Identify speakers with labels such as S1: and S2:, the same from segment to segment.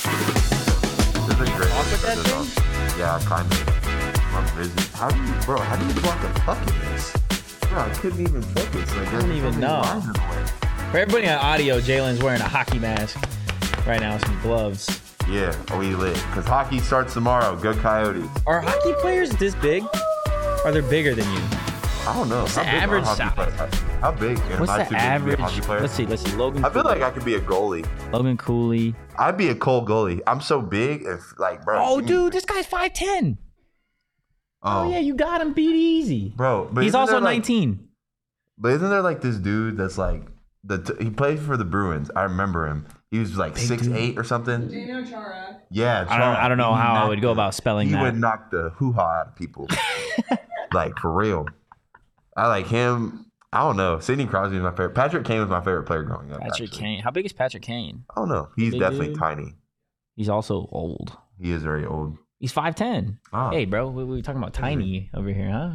S1: This is great.
S2: Talk with that thing?
S1: Yeah, kind of. I'm busy. How do you, bro? How do you block a puck in this? Bro, I couldn't even focus. Like,
S2: don't even know. For everybody on audio, Jalen's wearing a hockey mask right now, some gloves.
S1: Yeah, oh, we lit. Cause hockey starts tomorrow. Go Coyotes.
S2: Are hockey players this big? Are they bigger than you?
S1: I don't know. What's
S2: the average size?
S1: How big? Am
S3: What's
S1: I
S3: the
S1: too big to be a
S3: average?
S1: hockey player?
S3: Let's see. Let's see. Logan.
S1: I feel
S3: Cooley.
S1: like I could be a goalie.
S3: Logan Cooley.
S1: I'd be a cold goalie. I'm so big. If like, bro.
S2: Oh,
S1: give me-
S2: dude, this guy's 5'10. Oh, yeah, you got him beat easy.
S1: bro. But
S2: He's
S1: isn't
S2: also
S1: there, like-
S2: 19.
S1: But isn't there like this dude that's like the t- he played for the Bruins. I remember him. He was like six eight or something. Daniel Chara. Yeah,
S2: I don't, I don't know
S1: He
S2: how I
S1: knocked
S2: would go
S1: the-
S2: about spelling
S1: He
S2: that.
S1: would knock the hoo ha out of people, like for real. I like him. I don't know. Sidney Crosby is my favorite. Patrick Kane was my favorite player growing up.
S3: Patrick
S1: actually.
S3: Kane. How big is Patrick Kane?
S1: I don't know. He's
S3: Big
S1: definitely
S3: dude.
S1: tiny.
S3: He's also old.
S1: He is very old.
S3: He's 5'10.
S1: Ah.
S3: Hey, bro, we, we were talking about tiny over here, huh?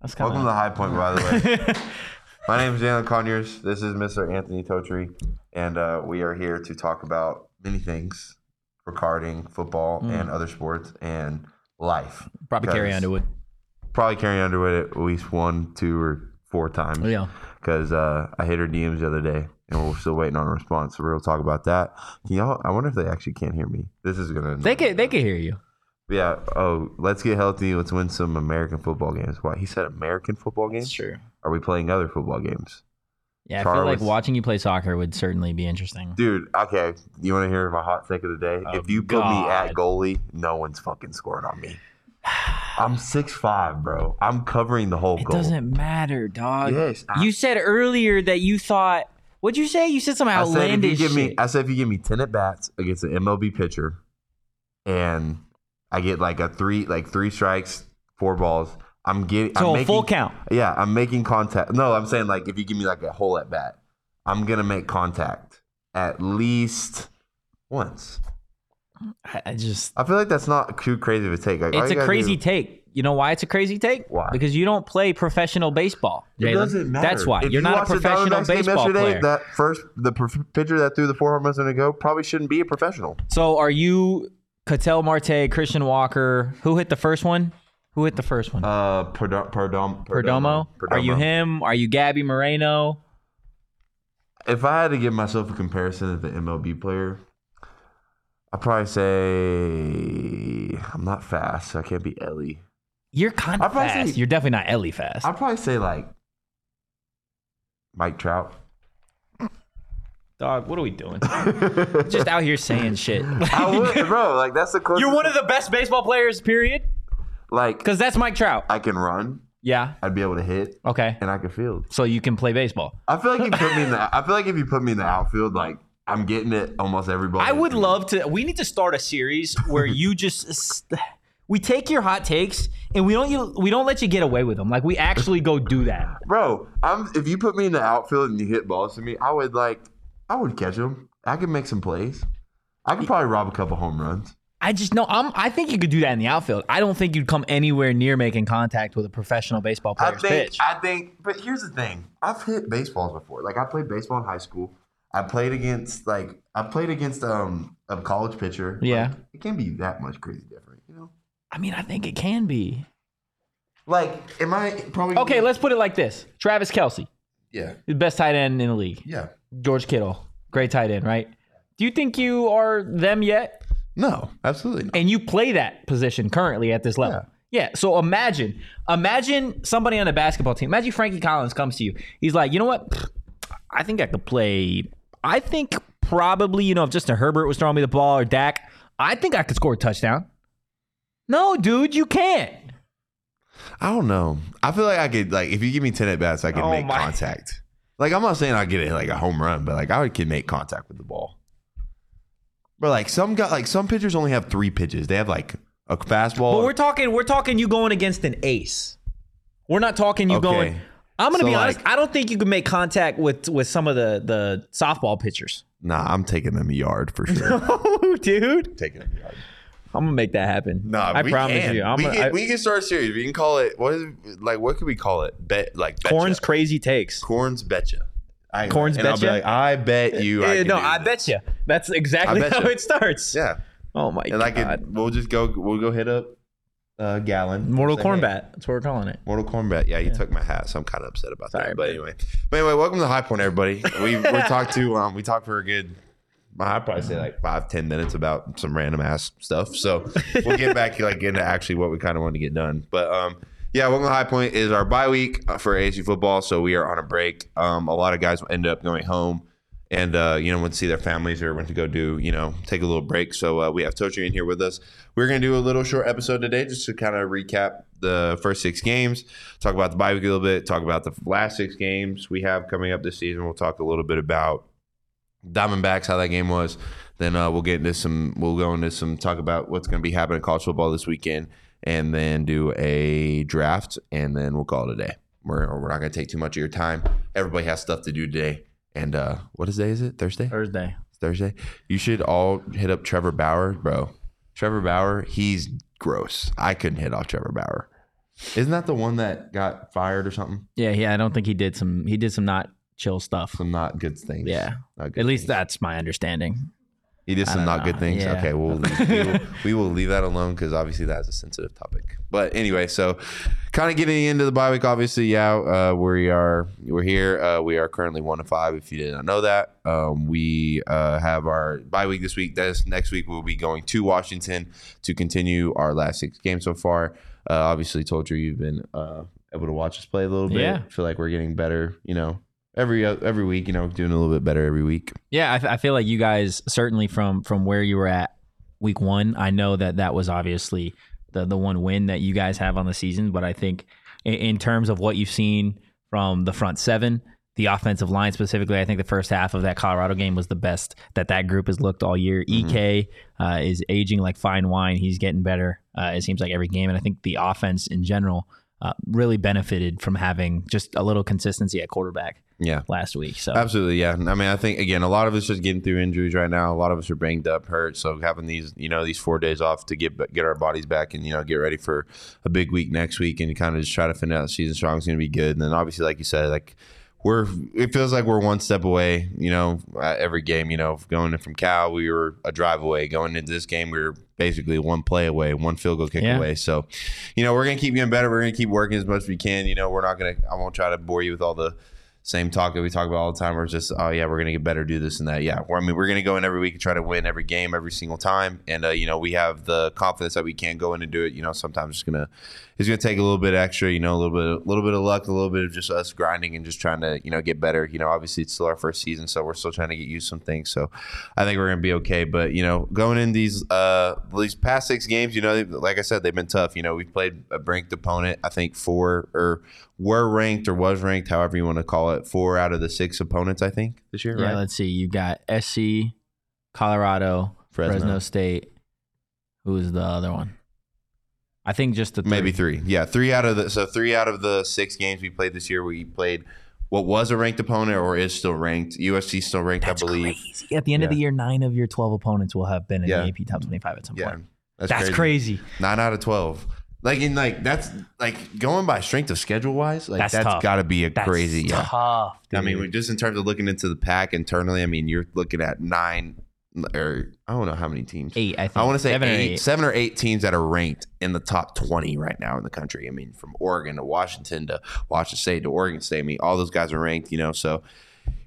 S3: That's kind
S1: Welcome to
S3: of.
S1: High Point, by the way. My name is Jalen Conyers. This is Mr. Anthony Totri, and uh, we are here to talk about many things: for carding, football,
S3: Mm.
S1: and other sports, and life.
S3: Probably Carrie
S1: Guys.
S3: Underwood.
S1: Probably Carrie Underwood at least one, two, or four times.
S3: Yeah.
S1: Because uh, I hit her DMs the other day, and we're still waiting on a response. So we'll talk about that. Can y'all, I wonder if they actually can't hear me. This is gonna.
S3: They could, they could hear you.
S1: Yeah. Oh, let's get healthy. Let's win some American football games. Why he said American football games?
S3: true.
S1: Are we playing other football games?
S3: Yeah, I
S1: Chara
S3: feel like
S1: was-
S3: watching you play soccer would certainly be interesting.
S1: Dude, okay. You want to hear my hot take of the day?
S3: Oh,
S1: if you put me
S3: God.
S1: at goalie, no one's fucking scoring on me. I'm six five, bro. I'm covering the whole
S3: It
S1: goal.
S3: doesn't matter, dog.
S1: Yes, I-
S3: you said earlier that you thought. What'd you say? You said some
S1: I said if you
S3: outlandish
S1: give me,
S3: shit.
S1: I said if you give me ten at bats against an MLB pitcher, and I get like a three, like three strikes, four balls. I'm getting
S3: so
S1: I'm
S3: a full
S1: making-
S3: count.
S1: Yeah, I'm making contact. No, I'm saying like if you give me like a hole at bat, I'm gonna make contact at least once.
S3: I, I just.
S1: I feel like that's not too crazy of a take. Like, all
S3: It's
S1: you
S3: a
S1: gotta
S3: crazy
S1: do-
S3: take. You know why it's a crazy take?
S1: Why?
S3: Because you don't play professional baseball.
S1: It
S3: Jalen.
S1: doesn't matter.
S3: That's why
S1: If
S3: you're
S1: you
S3: not a
S1: watched the
S3: professional
S1: Diamondbacks game
S3: baseball
S1: yesterday,
S3: player.
S1: That first, the pr- pitcher that througw the four home runs in a go probably shouldn't be a professional.
S3: So are you Cattell Marte, Christian Walker? Who hit the first one? Who hit the first one?
S1: Uh, Perdomo. Perdomo.
S3: Perdomo? Are you him? Are you Gabby Moreno?
S1: If I had to give myself a comparison of the MLB player, I'd probably say I'm not fast, so I can't be Ellie.
S3: You're kind
S1: I'd
S3: of
S1: probably
S3: fast.
S1: say-
S3: you're definitely not Ellie fast.
S1: I'd probably say like Mike Trout.
S3: Dog, what are we doing? Just out here saying shit.
S1: I would, bro. Like that's the closest.
S3: you're one of the best baseball players, period.
S1: like
S3: Because that's Mike Trout.
S1: I can run.
S3: Yeah.
S1: I'd be able to hit,
S3: Okay.
S1: and I can field.
S3: So you can play baseball.
S1: I feel like if you put me in the. I feel like if you put me in the outfield, like I'm getting it almost every ball.
S3: I would love to. We need to start a series where you just st- we take your hot takes and we don't you we don't let you get away with them. Like we actually go do that.
S1: bro. I'm if you put me in the outfield and you hit balls to me, I would like. I would catch them. I could make some plays. I could probably rob a couple home runs.
S3: I just know I'm. I think you could do that in the outfield. I don't think you'd come anywhere near making contact with a professional baseball
S1: I
S3: player's
S1: think.
S3: pitch.
S1: I think. But here's the thing. I've hit baseballs before. Like I played baseball in high school. I played against like I played against um a college pitcher.
S3: Yeah.
S1: Like, it can't be that much crazy different, you know.
S3: I mean, I think it can be.
S1: Like, am I probably
S3: Okay, let's put it like this: Travis Kelsey,
S1: Yeah,
S3: the best tight end in the league.
S1: yeah.
S3: George Kittle, great tight end, right? Do you think you are them yet?
S1: No, absolutely not.
S3: and you play that position currently at this level. Yeah. so imagine, imagine somebody on a basketball team. Imagine Frankie Collins comes to you. He's like, you know what? Pfft, I think I could play. I think probably, you know, if Justin Herbert was throwing me the ball or Dak, I think I could score a touchdown. No, dude, you can't.
S1: I don't know. I feel like I could like if you give me ten at bats, I could
S2: Oh
S1: make
S2: my.
S1: contact. Like I'm not saying I get it like a home run, but like I would- can make contact with the ball. But like some guy, like some pitchers only have three pitches. They have like a fastball.
S3: But we're talking we're talking you going against an ace. We're not talking you
S1: Okay.
S3: going I'm gonna
S1: So,
S3: be honest.
S1: like-
S3: I don't think you can make contact with with some of the the softball pitchers.
S1: nah, I'm taking them a yard for sure.
S3: Oh, dude,
S1: taking them a yard.
S3: I'm gonna make that happen.
S1: Nah,
S3: I
S1: we
S3: promise
S1: can.
S3: you. I'm
S1: we,
S3: gonna,
S1: can,
S3: I-
S1: we can start a series. We can call it what is like what could we call it? Bet like betcha.
S3: Corn's crazy takes.
S1: corns betcha. I,
S3: Corns
S1: and I'll be
S3: betcha?
S1: like, I bet you. I
S3: Eh,
S1: can
S3: no,
S1: do
S3: I
S1: this.
S3: bet you. That's exactly
S1: bet
S3: how
S1: ya.
S3: it starts.
S1: Yeah,
S3: Oh my
S1: and
S3: god.
S1: I could. We'll just go. We'll go hit up uh, Gallon.
S3: Mortal
S1: Say, hey,
S3: Kombat. That's what we're calling it.
S1: Mortal Kombat. Yeah, you took my hat, so I'm kind of upset about
S3: Sorry,
S1: that. But
S3: man.
S1: anyway, but anyway, welcome to High Point, everybody. We we talked to um we talked for a good. I probably say like five ten minutes about some random ass stuff. So we'll get back like into actually what we kind of want to get done. But um yeah, welcome to High Point is our bye week uh, for ASU football, so we are on a break. Um, a lot of guys end up going home and uh, you know went to see their families or went to go do you know take a little break. So uh, we have Tochi in here with us. We're gonna do a little short episode today just to kind of recap the first six games, talk about the bye week a little bit, talk about the last six games we have coming up this season. We'll talk a little bit about Diamondbacks, how that game was. Then uh, we'll get into some. We'll go into some talk about what's going to be happening in college football this weekend, and then do a draft, and then we'll call it a day. We're we're not going to take too much of your time. Everybody has stuff to do today. And uh, what is day? Is it Thursday?
S3: Thursday.
S1: Thursday. You should all hit up Trevor Bauer, bro. Trevor Bauer, he's gross. I couldn't hit off Trevor Bauer. Isn't that the one that got fired or something?
S3: Yeah, yeah. I don't think he did some. He did some not chill stuff.
S1: Some not good things.
S3: Yeah.
S1: Not good
S3: At least
S1: things.
S3: that's my understanding.
S1: He did
S3: I
S1: some
S3: don't
S1: not good
S3: know.
S1: things.
S3: Yeah.
S1: Okay, we'll leave, we, will, we will leave that alone because obviously that's a sensitive topic. But anyway, so kind of getting into the bye week. Obviously, yeah, uh, we are we're here. Uh, we are currently one to five. If you did not know that, um, we uh, have our bye week this week. That's next week. We'll be going to Washington to continue our last six games so far. Uh, obviously, told you you've been uh, able to watch us play a little bit.
S3: Yeah.
S1: feel like we're getting better. You know, every every week. You know, doing a little bit better every week.
S3: Yeah, I, f- I feel like you guys certainly from from where you were at week one. I know that that was obviously the the one win that you guys have on the season, but I think in, in terms of what you've seen from the front seven, the offensive line specifically, I think the first half of that Colorado game was the best that that group has looked all year. Ek uh, is aging like fine wine; he's getting better. Uh, it seems like every game, and I think the offense in general. Uh, really benefited from having just a little consistency at quarterback
S1: Yeah.
S3: last week. So
S1: Absolutely, yeah. I mean, I think again, a lot of us are getting through injuries right now. A lot of us are banged up, hurt. So having these, you know, these four days off to get get our bodies back and you know get ready for a big week next week and kind of just try to finish out the season strong is going to be good. And then obviously, like you said, like we're it feels like we're one step away. You know, at every game, you know, going in from Cal, we were a drive away. Going into this game, we were basically one play away, one field goal kick
S3: Yeah.
S1: away. So, you know, we're gonna keep getting better. We're gonna keep working as much as we can. You know, we're not gonna. I won't try to bore you with all the same talk that we talk about all the time. We're just, oh yeah, we're gonna get better, do this and that. Yeah, we're, I mean, we're gonna go in every week and try to win every game, every single time. And uh, you know, we have the confidence that we can go in and do it. You know, sometimes it's gonna, it's gonna take a little bit extra. You know, a little bit, a little bit of luck, a little bit of just us grinding and just trying to, you know, get better. You know, obviously it's still our first season, so we're still trying to get used to some things. So I think we're gonna be okay. But you know, going in these uh these past six games, you know, they- like I said, they've been tough. You know, we've played a ranked opponent. I think four or were ranked or was ranked, however you want to call it, four out of the six opponents. I think this year,
S3: Yeah,
S1: right?
S3: let's see. You got SC, Colorado, Fresno,
S1: Fresno.
S3: State. Who's the other one? I think just the three.
S1: Maybe three. Yeah, three out of the so three out of the six games we played this year, we played what was a ranked opponent or is still ranked. USC still ranked,
S3: That's
S1: I believe.
S3: crazy. At the end of the year, nine of your twelve opponents will have been in
S1: Yeah.
S3: the AP top twenty-five at some
S1: Yeah,
S3: point. That's crazy.
S1: Nine out of twelve. Like in like that's like going by strength of schedule wise, like
S3: That's
S1: that's
S3: tough.
S1: got to be a
S3: That's
S1: crazy. yeah.
S3: tough.
S1: I mean, we- just in terms of looking into the pack internally, I mean, you're looking at nine or I don't know how many teams.
S3: eight. I think.
S1: I want to say
S3: Seven or
S1: eight,
S3: eight.
S1: seven or eight teams that are ranked in the top 20 right now in the country. I mean, from Oregon to Washington to Washington State to Oregon State. I mean, all those guys are ranked, you know, so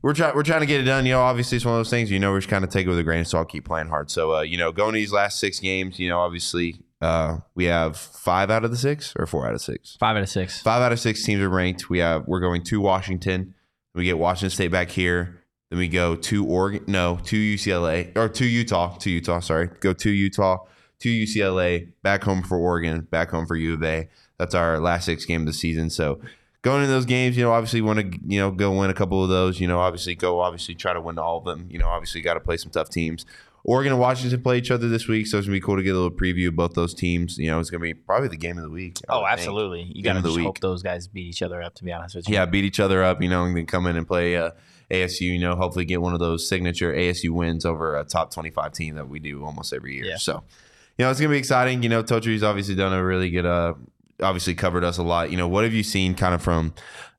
S1: we're trying we're trying to get it done. You know, obviously it's one of those things. You know, we're just kind of take it with a grain of salt, keep playing hard. So, uh, you know, going to these last six games, you know, obviously uh, we have five out of the six or four out of six.
S3: Five out of six.
S1: Five out of six teams are ranked. We have we're going to Washington. We get Washington State back here. Then we go to Oregon. No, to UCLA or to Utah. To Utah. Sorry, go to Utah. To UCLA. Back home for Oregon. Back home for U of A. That's our last six game of the season. So going into those games, you know, obviously want to you know go win a couple of those. You know, obviously go obviously try to win all of them. You know, obviously got to play some tough teams. Oregon and Washington play each other this week, so it's gonna be cool to get a little preview of both those teams. You know, it's gonna be probably the game of the week. I
S3: Oh,
S1: would think.
S3: absolutely. You
S1: Game
S3: gotta
S1: of the
S3: just hope
S1: week.
S3: those guys beat each other up. To be honest with you.
S1: Yeah, beat each other up, you know, and then come in and play uh, ASU. You know, hopefully get one of those signature ASU wins over a top twenty-five team that we do almost every year.
S3: Yeah.
S1: So, you know, it's gonna be exciting. You know, Totri's obviously done a really good. Uh, obviously covered us a lot. You know, what have you seen kind of from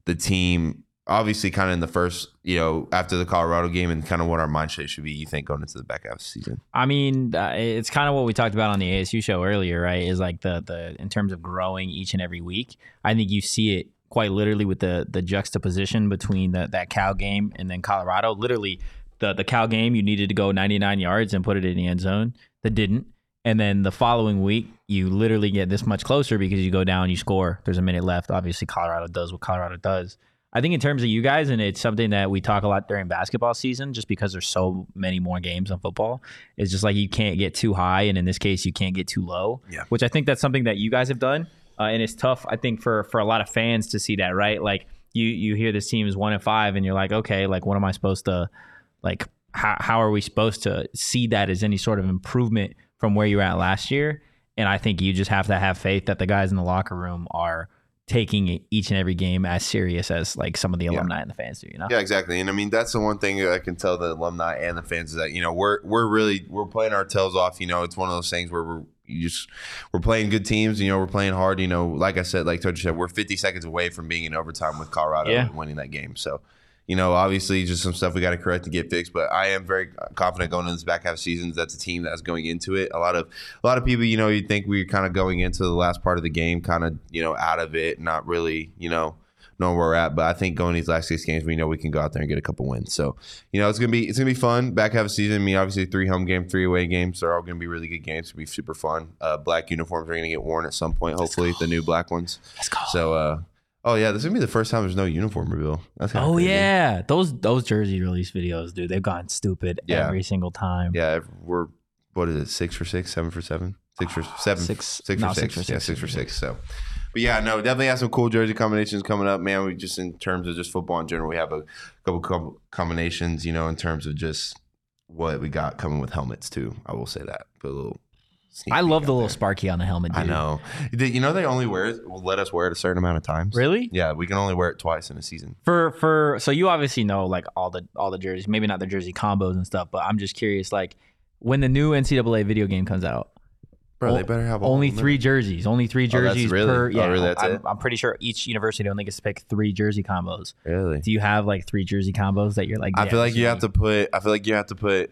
S1: the team? Obviously, kind of in the first, you know, after the Colorado game, and kind of what our mindset should be. You think going into the back half of the season?
S3: I mean, uh, it's kind of what we talked about on the ASU show earlier, right? Is like the the in terms of growing each and every week. I think you see it quite literally with the the juxtaposition between the, that Cal game and then Colorado. Literally, the the Cal game, you needed to go 99 yards and put it in the end zone. That didn't. And then the following week, you literally get this much closer because you go down, you score. There's a minute left. Obviously, Colorado does what Colorado does. I think in terms of you guys, and it's something that we talk a lot during basketball season, just because there's so many more games on football. It's just like you can't get too high, and in this case, you can't get too low.
S1: Yeah.
S3: Which I think that's something that you guys have done, uh, and it's tough. I think for for a lot of fans to see that, right? Like you you hear this team is one and five, and you're like, okay, like what am I supposed to, like how how are we supposed to see that as any sort of improvement from where you were at last year? And I think you just have to have faith that the guys in the locker room are taking each and every game as serious as like some of the alumni and the fans do. You know.
S1: Yeah, exactly. And I mean, that's the one thing that I can tell the alumni and the fans is that you know we're we're really we're playing our tails off. You know, it's one of those things where we're you just we're playing good teams. You know, we're playing hard. You know, like I said, like Toji said, we're 50 seconds away from being in overtime with Colorado
S3: Yeah.
S1: and winning that game. So. You know, obviously, just some stuff we got to correct to get fixed. But I am very confident going into this back half of seasons. That's a team that's going into it. A lot of a lot of people, you know, you think we're kind of going into the last part of the game, kind of you know out of it, not really, you know, knowing where we're at. But I think going these last six games, we know we can go out there and get a couple wins. So you know, it's gonna be it's gonna be fun. Back half of season, I mean, obviously three home game, three away games. They're all gonna be really good games. It's gonna be super fun. Uh, black uniforms are gonna get worn at some point. Hopefully, the new black ones.
S3: Let's go.
S1: So, uh, oh yeah, this is gonna be the first time there's no uniform reveal. That's kinda
S3: Oh
S1: crazy.
S3: yeah, those those jersey release videos, dude. They've gone stupid
S1: Yeah.
S3: every single time.
S1: yeah. if We're what is it? Six for six, seven for seven, six for seven,
S3: Ah, Six-
S1: six
S3: no,
S1: for
S3: six
S1: six,
S3: for
S1: yeah,
S3: six,
S1: six for six. So. But yeah, no, definitely have some cool jersey combinations coming up, man. We just in terms of just football in general, we have a couple com- combinations, you know, in terms of just what we got coming with helmets too. I will say that. Put a little. sneak
S3: I
S1: peek
S3: love the
S1: out
S3: little
S1: there.
S3: Sparky on the helmet. Dude.
S1: I know. They- You know, they only wear it, will let us wear it a certain amount of times.
S3: Really?
S1: Yeah, we can only wear it twice in a season.
S3: For for so you obviously know like all the all the jerseys, maybe not the jersey combos and stuff, but I'm just curious like when the new NCAA video game comes out,
S1: Bro, they
S3: O-
S1: better have all
S3: only
S1: of them
S3: three
S1: in it.
S3: jerseys, only three
S1: that's
S3: jerseys
S1: really-
S3: per.
S1: oh,
S3: Yeah,
S1: really, that's
S3: I'm,
S1: it?
S3: I'm pretty sure each university only gets to pick three jersey combos.
S1: Really?
S3: Do you have like three jersey combos that you're like?
S1: I
S3: yeah,
S1: feel
S3: this
S1: like
S3: is
S1: you
S3: me?
S1: have to put. I feel like you have to put,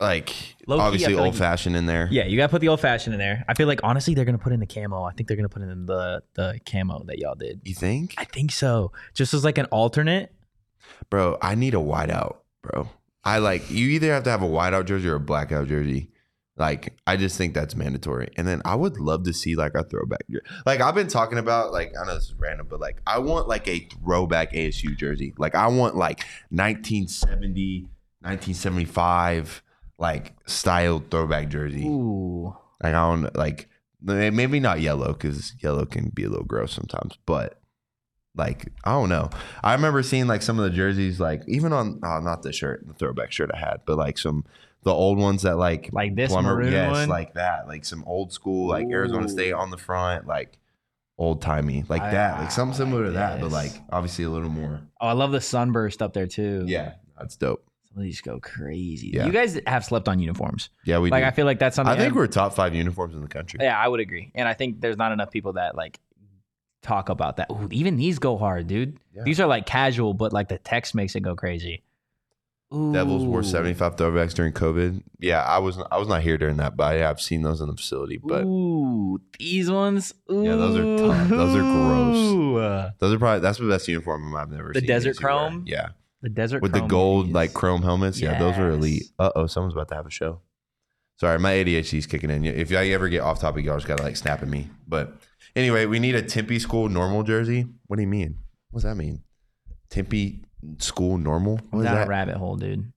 S1: like
S3: Low-key, I
S1: obviously
S3: feel like-
S1: old fashioned in there.
S3: Yeah, you gotta put the old fashioned in there. I feel like honestly they're gonna put in the camo. I think they're gonna put in the the camo that y'all did.
S1: You think,
S3: I think so. Just as like an alternate.
S1: bro? I need a whiteout, bro. I like you either have to have a whiteout jersey or a blackout jersey. Like I just think that's mandatory. And then I would love to see like our throwback. jer- Like I've been talking about. Like I know this is random, but like I want like a throwback ASU jersey. Like I want like 1970, 1975 like styled throwback jersey.
S3: Ooh.
S1: Like I don't like may- maybe not yellow because yellow can be a little gross sometimes, but like I don't know. I remember seeing like some of the jerseys, like even on oh, not the shirt, the throwback shirt I had, but like some the old ones that like
S3: Like this maroon
S1: yes,
S3: one?
S1: like that, like some old school, like
S3: Ooh.
S1: Arizona State on the front, like old timey, like
S3: I-
S1: that, like something similar to that, but
S3: this.
S1: like obviously a little more.
S3: Oh, I love the sunburst up there too.
S1: Yeah, that's dope.
S3: Some of these go crazy.
S1: Yeah.
S3: You guys have slept on uniforms.
S1: Yeah, we
S3: like
S1: do.
S3: I feel like that's
S1: I,
S3: something
S1: think we're top five uniforms in the country.
S3: Yeah, I would agree. And I think there's not enough people that like talk about that. Ooh, even these go hard, dude.
S1: Yeah.
S3: These are like casual, but like the text makes it go crazy. Ooh.
S1: Devils wore 75 throwbacks during COVID. Yeah, I was I was not here during that, but yeah, I've seen those in the facility. But
S3: ooh, these ones. Ooh.
S1: Yeah, those are tough. Those are gross.
S3: gross.
S1: those are probably that's the best uniform I've never
S3: The
S1: seen.
S3: desert
S1: ASU wear.
S3: chrome?
S1: Yeah.
S3: The desert
S1: With the
S3: chrome
S1: gold
S3: hoodies.
S1: like chrome helmets. Yeah, those are elite.
S3: Yes.
S1: Uh-oh, someone's about to have a show. Sorry, my ADHD's kicking in. If I ever get off topic, y'all just got to like snap at me. But anyway, we need a Tempe school normal jersey. What do you mean? What does that mean? Tempe school normal? What
S3: I'm
S1: is
S3: down a
S1: that?
S3: rabbit hole, dude.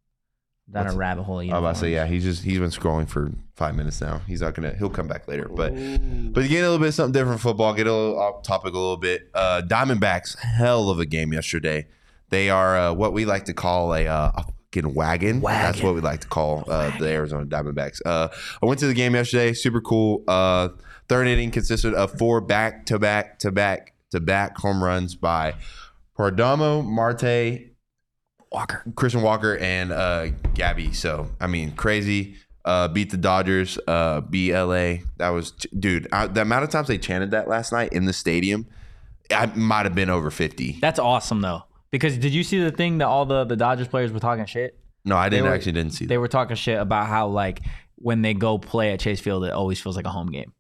S2: down a rabbit hole.
S1: I was about to say, yeah, he's just he's been scrolling for five minutes now. He's not gonna he'll come back later. But but getting a little bit of something different from football, get a little off topic a little bit. Uh Diamondbacks, hell of a game yesterday. They are uh, what we like to call a uh a fucking wagon. That's what we like to call uh, the Arizona Diamondbacks. Uh I went to the game yesterday, super cool. Uh third inning consisted of four back to back to back to back home runs by Pardamo, Marte,
S3: Walker.
S1: Christian Walker and uh, Gabby. So I mean, crazy. Uh, beat the Dodgers. Uh, BLA. That was dude. I, the amount of times they chanted that last night in the stadium, I might have been over fifty.
S3: That's awesome though. Because did you see the thing that all the, the Dodgers players were talking shit?
S1: No, I didn't
S3: were-
S1: actually didn't see
S3: They
S1: that.
S3: were talking shit about how like when they go play at Chase Field, it always feels like a home game.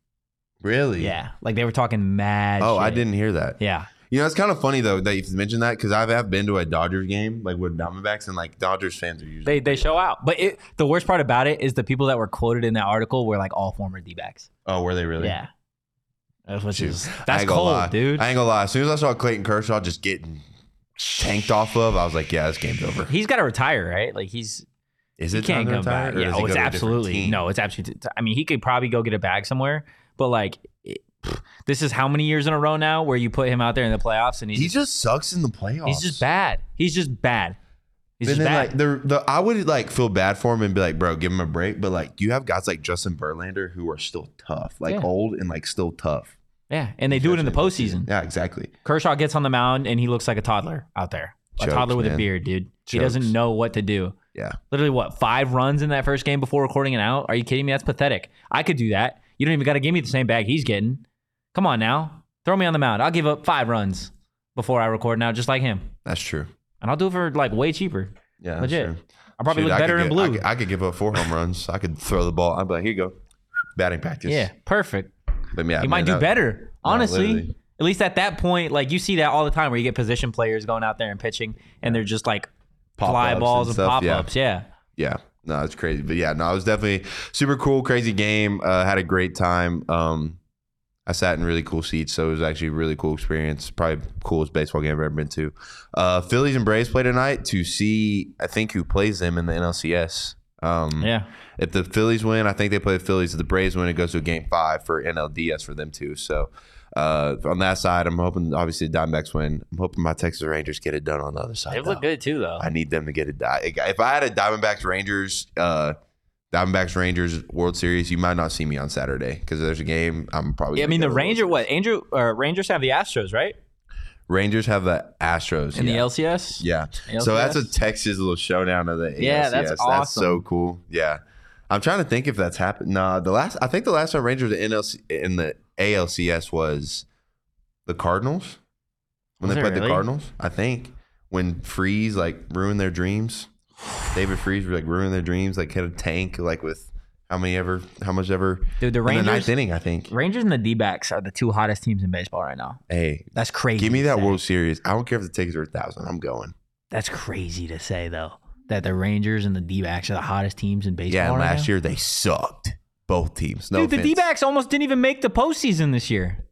S1: Really?
S3: Yeah, like they were talking mad.
S1: Oh, I
S3: shit.
S1: didn't hear that.
S3: Yeah,
S1: You know, it's kind of funny though that you mentioned that because I've, I've been to a Dodgers game like with Diamondbacks and like Dodgers fans are usually
S3: they they show out. But it, the worst part about it is the people that were quoted in that article were like all former D backs.
S1: oh were they really
S3: Yeah, that's what
S1: Shoot.
S3: is
S1: I
S3: that's
S1: ain't gonna
S3: cold,
S1: lie.
S3: dude.
S1: I ain't gonna lie. As soon as I saw Clayton Kershaw just getting tanked off of, I was like, yeah, this game's over.
S3: He's got to retire, right? Like he's
S1: Is
S3: he
S1: it time
S3: can't
S1: to
S3: come
S1: retire,
S3: back.
S1: or
S3: Yeah,
S1: does he
S3: oh,
S1: go
S3: it's
S1: to a different
S3: absolutely
S1: team?
S3: no, it's absolutely. I mean, he could probably go get a bag somewhere, but like. It, pfft, this is how many years in a row now where you put him out there in the playoffs and he's
S1: He just sucks in the playoffs.
S3: He's just bad. He's just bad. He's
S1: and
S3: just
S1: then
S3: bad.
S1: like the the I would like feel bad for him and be like, bro, give him a break. But like you have guys like Justin Verlander who are still tough, like
S3: Yeah.
S1: old and like still tough.
S3: yeah, and they do it in the
S1: Especially
S3: postseason.
S1: Yeah, exactly.
S3: Kershaw gets on the mound and he looks like a toddler out there.
S1: Chokes,
S3: a toddler with a
S1: man.
S3: beard, dude. He
S1: Chokes.
S3: doesn't know what to do.
S1: Yeah.
S3: Literally, what five runs in that first game before recording it out? Are you kidding me? That's pathetic. I could do that. You don't even got to give me the same bag he's getting. Come on now, throw me on the mound. I'll give up five runs before I record now, just like him,
S1: That's true.
S3: and I'll do it for like way cheaper.
S1: Yeah. that's
S3: Legit.
S1: true.
S3: I probably
S1: Shoot,
S3: look
S1: I could
S3: better in
S1: get- I
S3: blue.
S1: could, I could give up four home runs. I could throw the ball. I'd be like, here you go. Batting practice.
S3: yeah, perfect.
S1: But yeah,
S3: He
S1: man,
S3: might do
S1: that-
S3: better, honestly.
S1: literally.
S3: At least at that point, like you see that all the time where you get position players going out there and pitching and they're just like fly
S1: Pop-ups
S3: balls and,
S1: and stuff,
S3: pop
S1: yeah.
S3: ups. Yeah.
S1: yeah no it's crazy but yeah no it was definitely super cool crazy game uh, had a great time um i sat in really cool seats so it was actually a really cool experience probably coolest baseball game i've ever been to uh phillies and braves play tonight to see i think who plays them in the nlcs um
S3: Yeah.
S1: if the phillies win i think they play the phillies if the braves win it goes to a game five for nlds for them too so uh, on that side, I'm hoping obviously the Diamondbacks win. I'm hoping my Texas Rangers get it done on the other side.
S3: They
S1: though.
S3: look good too, though.
S1: I need them to get a die. If I had a Diamondbacks Rangers, uh, Diamondbacks Rangers World Series, you might not see me on Saturday because there's a game. I'm probably.
S3: yeah, I
S1: gonna
S3: mean,
S1: go
S3: the
S1: to.
S3: Ranger, what? Andrew, uh, Rangers have the Astros, right?
S1: Rangers have the Astros
S3: In
S1: yeah.
S3: the LCS?
S1: Yeah,
S3: ALCS?
S1: so that's a Texas little showdown of the ALCS.
S3: Yeah, that's
S1: That's so cool. Yeah, I'm trying to think if that's happened. Nah, the last I think the last time Rangers in NLC in the ALCS was the Cardinals when
S3: Was
S1: they
S3: it
S1: played the
S3: really?
S1: Cardinals. I think when Freeze like ruined their dreams, David Freeze like ruined their dreams. Like hit a tank like with how many ever how much ever
S3: Dude, the
S1: in the ninth
S3: Rangers,
S1: inning. I think.
S3: Rangers and the D backs are the two hottest teams in baseball right now.
S1: Hey,
S3: That's crazy.
S1: give me
S3: to
S1: that
S3: say.
S1: World Series. I don't care if the tickets are a thousand. I'm going.
S3: That's crazy to say, though, that the Rangers and the D backs are the hottest teams in baseball.
S1: Yeah, and
S3: right
S1: last
S3: now.
S1: year they sucked. Both teams. No
S3: Dude, the
S1: offense.
S3: D backs almost didn't even make the postseason this year.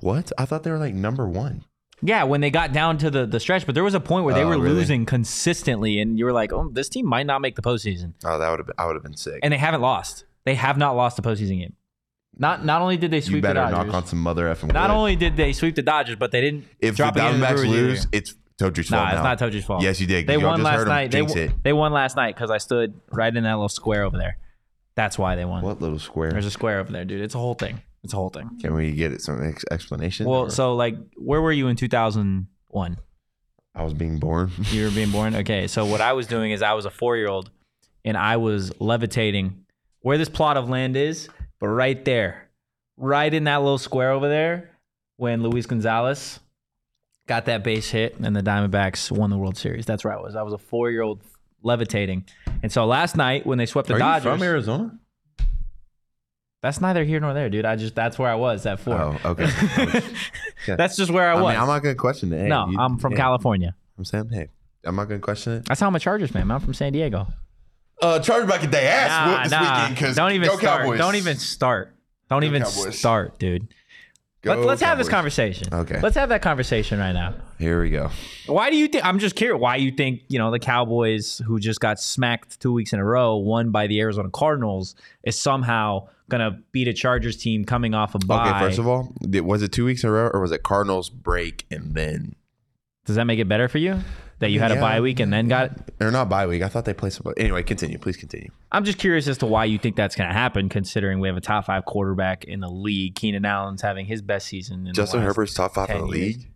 S1: What? I thought they were like number one.
S3: Yeah, when they got down to the, the stretch, but there was a point where they
S1: Oh,
S3: were
S1: really?
S3: losing consistently, and you were like, "Oh, this team might not make the postseason,"
S1: Oh, that would have been, I would have been sick.
S3: and they haven't lost. They have not lost a postseason game. Not not only did they
S1: you
S3: sweep the
S1: better
S3: Dodgers,
S1: knock on some mother effing.
S3: not
S1: wood.
S3: only did they sweep the Dodgers, but they didn't
S1: if the
S3: drop again to the
S1: Diamondbacks
S3: Brewers
S1: lose,
S3: either.
S1: it's Toji's
S3: Nah,
S1: fault. now.
S3: it's not Toji's fault.
S1: Yes, you did.
S3: They
S1: Y'all
S3: won
S1: just heard
S3: last
S1: him
S3: night. They
S1: jinx
S3: won,
S1: it.
S3: they won last night because I stood right in that little square over there. That's why they won.
S1: What little square?
S3: There's a square over there, dude. It's a whole thing. It's a whole thing.
S1: Can we get it some ex- explanation?
S3: Well,
S1: Or-
S3: so like, where were you in 2001?
S1: I was being born.
S3: you were being born. Okay, so what I was doing is I was a four year old, and I was levitating where this plot of land is, but right there, right in that little square over there, when Luis Gonzalez got that base hit and the Diamondbacks won the World Series. That's where I was. I was a four year old levitating, and so last night when they swept the
S1: Are
S3: Dodgers,
S1: you from Arizona?
S3: that's neither here nor there, dude. I just that's where I was at four.
S1: Oh, okay.
S3: That's just where I
S1: I
S3: was.
S1: mean, I'm not gonna question it. Hey,
S3: no,
S1: you-
S3: I'm from
S1: hey,
S3: California.
S1: I'm saying, hey, I'm not gonna question it.
S3: That's how I'm a Chargers fan. I'm from San Diego.
S1: Uh, Chargeback at they ass
S3: Nah, nah. Don't even
S1: go
S3: start.
S1: Cowboys.
S3: Don't even start. Don't even
S1: Cowboys.
S3: start, dude.
S1: Go
S3: Let's, let's have this
S1: Cowboys.
S3: conversation.
S1: Okay.
S3: Let's have that conversation right now.
S1: Here we go.
S3: Why do you think? I'm just curious. Why you think you know the Cowboys, who just got smacked two weeks in a row, won by the Arizona Cardinals, is somehow gonna beat a Chargers team coming off a bye?
S1: Okay, first of all, did- was it two weeks in a row or was it Cardinals break and then
S3: does that make it better for you that you had a
S1: Yeah.
S3: bye week and then got?
S1: or not bye week? I thought they played some. Anyway, continue. Please continue.
S3: I'm just curious as to why you think that's gonna happen, considering we have a top five quarterback in the league. Keenan Allen's having his best season. In the
S1: Justin
S3: last-
S1: Herbert's top five in
S3: 10
S1: the
S3: years.
S1: league.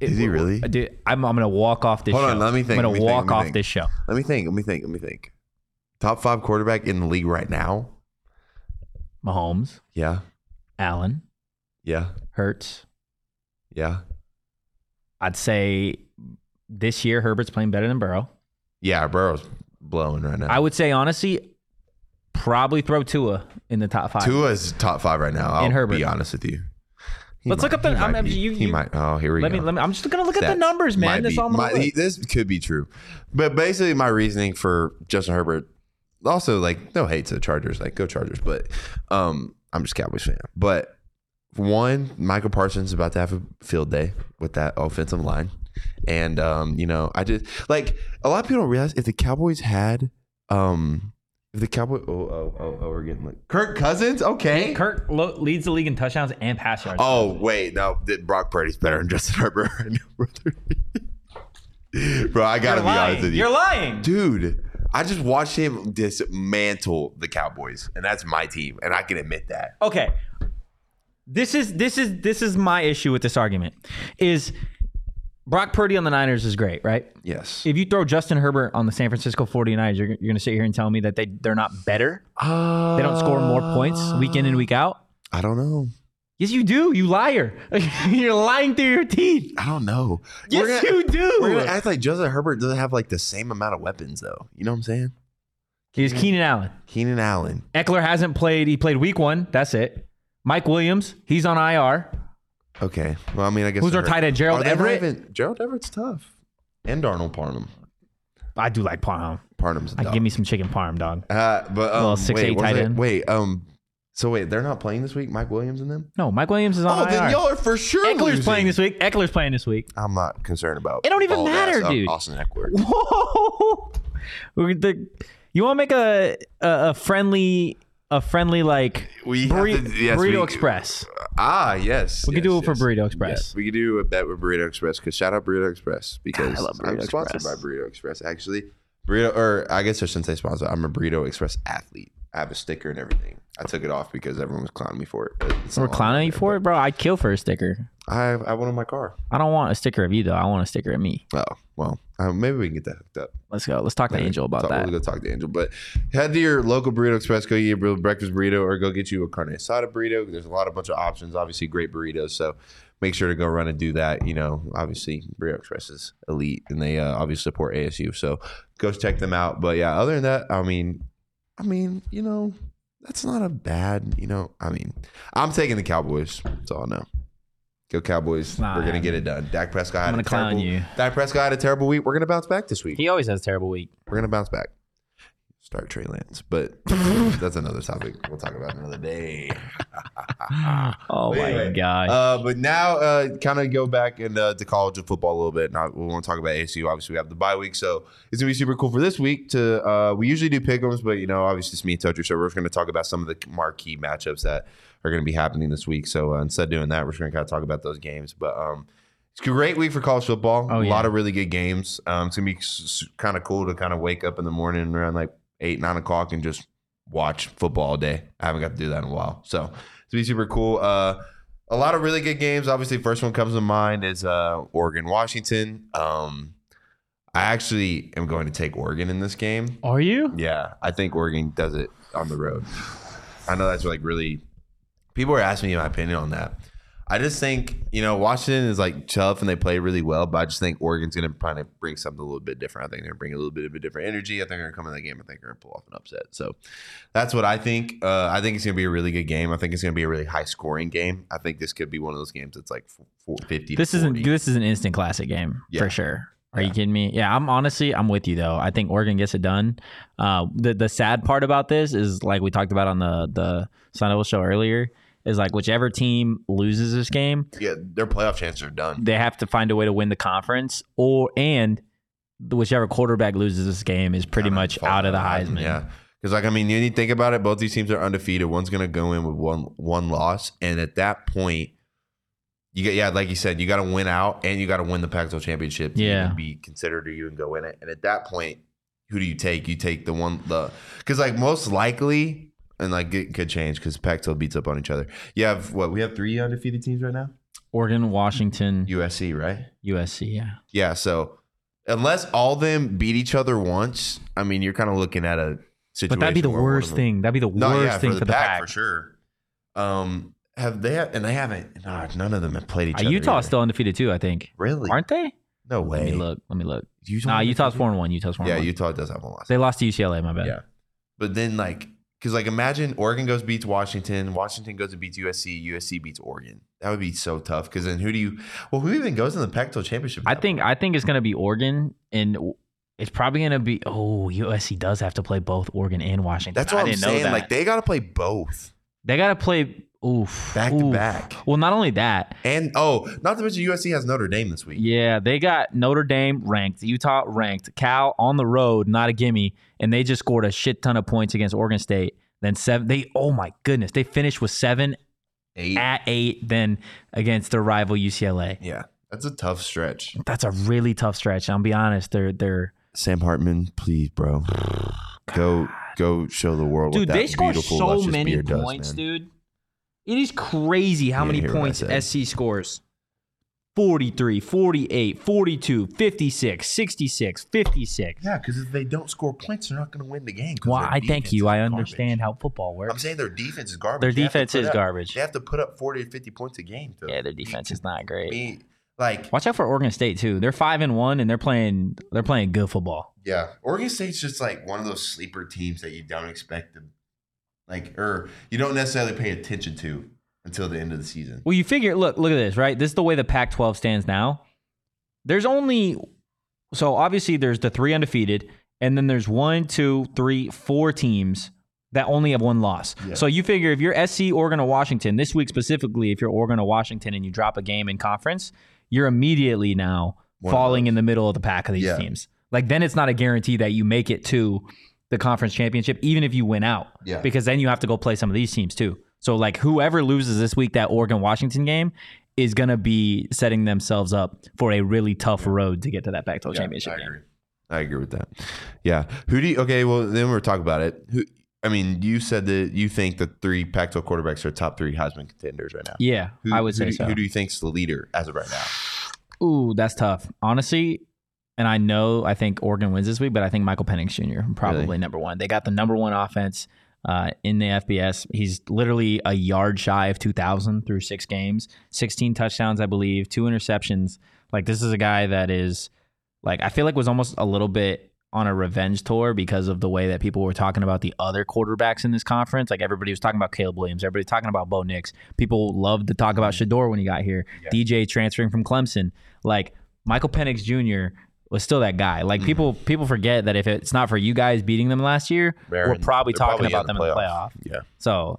S1: Is he really?
S3: Dude, I'm, I'm gonna walk off this.
S1: Hold
S3: show.
S1: on, let me think,
S3: I'm
S1: let
S3: gonna
S1: me think,
S3: walk
S1: let me
S3: off
S1: think.
S3: this show.
S1: Let me think. Let me think. Let me think. Top five quarterback in the league right now.
S3: Mahomes,
S1: Yeah.
S3: Allen,
S1: Yeah.
S3: Hurts.
S1: Yeah.
S3: I'd say this year Herbert's playing better than Burrow.
S1: Yeah. Burrow's blowing right now.
S3: I would say honestly, probably throw Tua in the top five.
S1: Tua's top five right now. I'll
S3: And Herbert.
S1: be honest with you. He
S3: Let's look up the-
S1: he
S3: I'm-
S1: might be.
S3: you-
S1: he
S3: you-
S1: might. Oh, here we
S3: Let
S1: go.
S3: me, let me. I'm just gonna look at the
S1: Stats.
S3: numbers, man.
S1: Might
S3: That's
S1: be-
S3: all I'm
S1: might-
S3: gonna
S1: he-
S3: look.
S1: This could be true, but basically, my reasoning for Justin Herbert, also like no hate to the Chargers, like go Chargers, but um, I'm just a Cowboys fan. But one, Michael Parsons is about to have a field day with that offensive line, and um, you know, I just like a lot of people don't realize if the Cowboys had um. If the Cowboys, oh, oh, oh, oh, we're getting like Kirk Cousins, okay.
S3: Kirk lo- leads the league in touchdowns and pass yards.
S1: Oh wait, no, th- Brock Purdy's better than Justin Herbert. Bro, I gotta be
S3: You're
S1: honest
S3: lying.
S1: with you,
S3: You're lying.
S1: dude. I just watched him dismantle the Cowboys, and that's my team, and I can admit that.
S3: okay this is this is this is my issue with this argument is brock purdy on the niners is great right
S1: Yes,
S3: if you throw justin herbert on the san francisco 49ers you're, you're gonna sit here and tell me that they they're not better
S1: uh,
S3: they don't score more points week in and week out
S1: I don't know.
S3: yes you do you liar you're lying through your teeth
S1: I don't know. We're
S3: yes
S1: gonna-
S3: you do
S1: We're gonna act like Justin Herbert doesn't have like the same amount of weapons, though. You know what I'm saying?
S3: he's keenan allen
S1: Keenan Allen.
S3: eckler hasn't played he played week one that's it mike williams he's on ir
S1: Okay. Well, I mean, I guess
S3: Who's our
S1: they're-
S3: tight end, Gerald
S1: Are they not
S3: Everett?
S1: even- Gerald Everett's tough, and Darnold Parnham.
S3: i do like parm
S1: Parnham's. a
S3: i
S1: dog.
S3: give me some chicken parm dog
S1: Uh, but um,
S3: Little 6'8"
S1: wait, was
S3: tight
S1: it-
S3: end.
S1: Wait, um, so wait, they're not playing this week. Mike Williams and them.
S3: no mike williams is on
S1: Oh,
S3: IR.
S1: then y'all are for sure.
S3: Eckler's
S1: losing.
S3: playing this week. Eckler's playing this week.
S1: I'm not concerned about.
S3: It don't even
S1: bald ass
S3: matter,
S1: Au-
S3: dude.
S1: Austin Eckler.
S3: Whoa! We're the- you want to make a, a a friendly a friendly like
S1: We have
S3: burri-
S1: to- yes,
S3: burrito
S1: we-
S3: express?
S1: Ah, yes.
S3: We
S1: yes,
S3: could do it for
S1: yes.
S3: Burrito Express.
S1: Yes, we could do a bet with Burrito Express because shout out Burrito Express because
S3: I love
S1: I'm
S3: Burrito
S1: sponsored
S3: Express.
S1: by Burrito Express actually. Burrito, or I guess I shouldn't say sponsor. I'm a Burrito Express athlete. I have a sticker and everything. I took it off because everyone was clowning me for it. but it's
S3: We're
S1: not on
S3: clowning you
S1: there,
S3: for it, bro. I'd kill for a sticker.
S1: but I have, I have one in my car.
S3: I don't want a sticker of you though. I want a sticker of me.
S1: Oh well, um, maybe we can get that hooked up.
S3: Let's go. Let's talk to
S1: Maybe.
S3: Angel about
S1: Talk-
S3: that.
S1: We'll go talk to Angel. But head to your local Burrito Express, go eat a real breakfast burrito, or go get you a carne asada burrito. There's a lot of bunch of options. Obviously, great burritos. So make sure to go run and do that. You know, obviously Burrito Express is elite, and they uh, obviously support ASU. So go check them out. But yeah, other than that, I mean, I mean, you know, that's not a bad. You know, I mean, I'm taking the Cowboys. That's all I know. Go Cowboys!
S3: Nah,
S1: We're gonna
S3: I
S1: get it done. Dak Prescott. had
S3: I'm
S1: a
S3: gonna clown
S1: terrible-
S3: you.
S1: Dak Prescott had a terrible week. We're gonna bounce back this week
S3: He always has a terrible week.
S1: we're gonna bounce back. Start Trey Lance, but that's another topic we'll talk about another day. Ah,
S3: Oh my
S1: Anyway,
S3: gosh.
S1: Uh, but now, uh, kind of go back and uh, to college and football a little bit. Now we want to talk about ASU. Obviously, we have the bye week, so it's gonna be super cool for this week. To uh, we usually do pickums, but you know, obviously it's me and Toaster, so we're just gonna talk about some of the marquee matchups that are gonna be happening this week. So uh, instead of doing that, we're just gonna kind of talk about those games. But um, it's a great week for college football.
S3: Oh,
S1: a
S3: yeah.
S1: lot of really good games. Um, it's gonna be kind of cool to kind of wake up in the morning around like eight, nine o'clock and just watch football all day. I haven't got to do that in a while, so it's gonna be super cool. Uh, a lot of really good games. Obviously, first one comes to mind is uh, Oregon, Washington. Um, I actually am going to take Oregon in this game.
S3: Are you?
S1: Yeah, I think Oregon does it on the road. I know that's like really. People are asking me my opinion on that. I just think you know Washington is like tough and they play really well, but I just think Oregon's going to probably bring something a little bit different. I think they're going to bring a little bit of a different energy. I think they're going to come in that game. I think they're going to pull off an upset. So that's what I think. Uh, I think it's going to be a really good game. I think it's going to be a really high scoring game. I think this could be one of those games that's like f- four- 50 to
S3: This isn't
S1: 40.
S3: this is an instant classic game
S1: Yeah.
S3: for sure. Are you kidding me? Yeah, I'm honestly I'm with you though. I think Oregon gets it done. Uh, the the sad part about this is like we talked about on the the Sun Devil show earlier is like whichever team loses this game,
S1: Yeah, their playoff chances are done.
S3: they have to find a way to win the conference, or and whichever quarterback loses this game is pretty
S4: Kinda
S3: much
S4: fall
S3: out of the
S4: out of
S3: Heisman.
S1: Yeah. Because like I mean, you need to think about it. Both these teams are undefeated. One's going to go in with one one loss, and at that point, you get yeah, like you said, you got to win out, and you got to win the Pac-12 championship. to
S3: Yeah.
S1: even be considered to even go in it. And at that point, who do you take? You take the one the because like most likely, and like it could change because Pac-12 beats up on each other. You have what we have three undefeated teams right now.
S3: Oregon, Washington,
S1: USC, right?
S3: USC. Yeah,
S1: Yeah. So unless all of them beat each other once, I mean, you're kind of looking at a situation.
S3: but that'd be the
S1: where one of
S3: worst
S1: them-
S3: thing. That'd be the worst
S1: No, yeah,
S3: thing
S1: for the,
S3: pack.
S1: pack, for sure. Um, have they and they haven't? Nah, none of them have played each
S3: Uh,
S1: other.
S3: Utah's
S1: either.
S3: still undefeated too. I think
S1: really
S3: aren't they?
S1: no
S3: Let
S1: way.
S3: me look. Let me look.
S1: Utah
S3: Nah,
S1: undefeated?
S3: Utah's four and one. Utah's four.
S1: Yeah,
S3: one.
S1: Utah does have one loss.
S3: They lost to UCLA. My bad.
S1: Yeah, but then like because like imagine Oregon goes beats Washington, Washington goes and beats USC, USC beats Oregon. That would be so tough. Because then who do you? Well, who even goes in the Pac-12 championship?
S3: I
S1: now?
S3: think I think it's gonna be Oregon and. It's probably gonna be oh USC does have to play both Oregon and Washington.
S1: that's
S3: I
S1: what I'm
S3: didn't
S1: saying.
S3: Know that.
S1: Like they got to play both
S3: They gotta play oof
S1: back to
S3: oof.
S1: back.
S3: Well, not only that,
S1: And oh, not to mention USC has Notre Dame this week.
S3: yeah, they got Notre Dame ranked, Utah ranked, Cal on the road, not a gimme, and they just scored a shit ton of points against Oregon State. Then seven, they oh my goodness, they finished with seven
S1: Eight.
S3: at eight. Then against their rival UCLA,
S1: Yeah, that's a tough stretch.
S3: that's a really tough stretch. I'll be honest, they're they're
S1: Sam Hartman, please, bro, go go show the world what that beautiful, luscious beard does, man.
S3: dude. It is crazy how
S1: You
S3: many
S1: didn't hear what I
S3: points
S1: said.
S3: SC scores 43, 48, 42, 56, 66, 56.
S1: Yeah, because if they don't score points, they're not going to win the game. 'cause
S3: Well,
S1: their
S3: I thank
S1: defense
S3: you.
S1: is
S3: I
S1: garbage.
S3: understand how football works.
S1: I'm saying their defense is garbage.
S3: Their
S1: They have to
S3: defense
S1: put
S3: is
S1: up-
S3: garbage.
S1: They have to put up 40 to 50 points a game. To
S3: yeah, their defense is not great.
S1: be like
S3: Watch out for Oregon State too. They're five and one, and they're playing. They're playing good football.
S1: Yeah, Oregon State's just like one of those sleeper teams that you don't expect to, like, or you don't necessarily pay attention to until the end of the season.
S3: Well, you figure. Look, look at this. Right, this is the way the Pac-12 stands now. There's only so obviously there's the three undefeated, and then there's one, two, three, four teams that only have one loss.
S1: Yeah.
S3: So you figure if you're SC, Oregon, or Washington this week specifically, if you're Oregon or Washington and you drop a game in conference, you're immediately now
S1: One of
S3: falling
S1: those.
S3: in the middle of the pack of these
S1: Yeah.
S3: teams. Like then it's not a guarantee that you make it to the conference championship, even if you win out,
S1: Yeah.
S3: because then you have to go play some of these teams too. So like whoever loses this week that Oregon Washington game is gonna be setting themselves up for a really tough road to get to that Pac-12 championship
S1: I
S3: game.
S1: agree. I agree with that. Yeah. Who do you, okay, well, then we're talking about it. Who, I mean, you said that you think the three Pac 12 quarterbacks are top three Heisman contenders right now.
S3: Yeah,
S1: Who,
S3: I would
S1: who
S3: say
S1: do,
S3: so.
S1: Who do you think's the leader as of right now?
S3: Ooh, that's tough. Honestly, and I know I think Oregon wins this week, but I think Michael Penix Jr. probably
S1: Really?
S3: number one. They got the number one offense uh, in the FBS. He's literally a yard shy of 2,000 through six games, 16 touchdowns, I believe, two interceptions. Like, this is a guy that is, like, I feel like was almost a little bit on a revenge tour because of the way that people were talking about the other quarterbacks in this conference. Like, everybody was talking about Caleb Williams, everybody was talking about Bo Nix. People loved to talk about Shador when he got here, DJ transferring from Clemson. Like, Michael Penix Jr. was still that guy. Like people people forget that if it's not for you guys beating them last year, we're
S1: They're-
S3: probably
S1: they're
S3: talking
S1: probably
S3: about
S1: out
S3: them
S1: of
S3: in the playoff.
S1: playoff. Yeah.
S3: So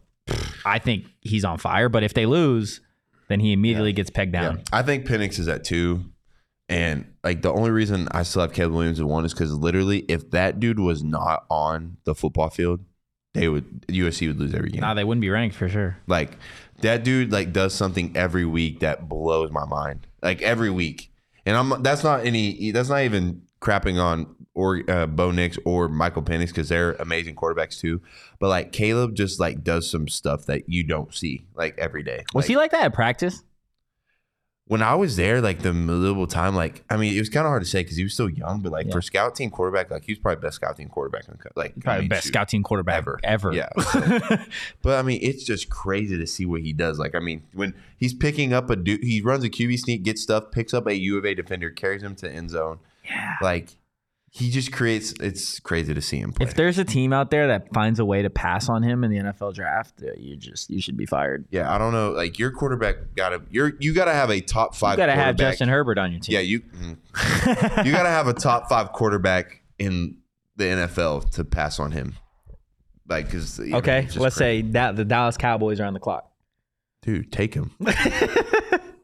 S3: I think he's on fire. But if they lose, then he immediately gets pegged down.
S1: I think Penix is at two. And like the only reason I still have Caleb Williams at one is because literally, if that dude was not on the football field, they would USC would lose every game.
S3: Nah, they wouldn't be ranked for sure.
S1: Like that dude like does something every week that blows my mind. Like every week, and I'm that's not any that's not even crapping on or uh, Bo Nix or Michael Penix because they're amazing quarterbacks too. But like Caleb just like does some stuff that you don't see like every day.
S3: Was
S1: Like,
S3: he like that at practice?
S1: when I was there, like the middle time, like I mean, it was kind of hard to say because he was so young. But like
S3: Yeah.
S1: for scout team quarterback, like he was probably best scout team quarterback in the co- like
S3: Probably
S1: I mean,
S3: best
S1: shoot.
S3: scout team quarterback ever.
S1: Ever.
S3: Ever.
S1: Yeah. So- but I mean, it's just crazy to see what he does. Like, I mean, when he's picking up a dude, he runs a QB sneak, gets stuff, picks up a U of A defender, carries him to end zone. Yeah. Like, he just creates. It's crazy to see him play.
S3: if there's a team out there that finds a way to pass on him in the NFL draft, uh, you just you should be fired.
S1: yeah, I don't know. Like your quarterback got to you're you got to have a top
S3: You
S1: five.
S3: gotta have
S1: quarterback.
S3: Justin Herbert on your team.
S1: Yeah, you mm. you got to have a top five quarterback in the NFL to pass on him. Like, because
S3: Okay, let's say that the Dallas Cowboys are on the clock.
S1: dude, take him.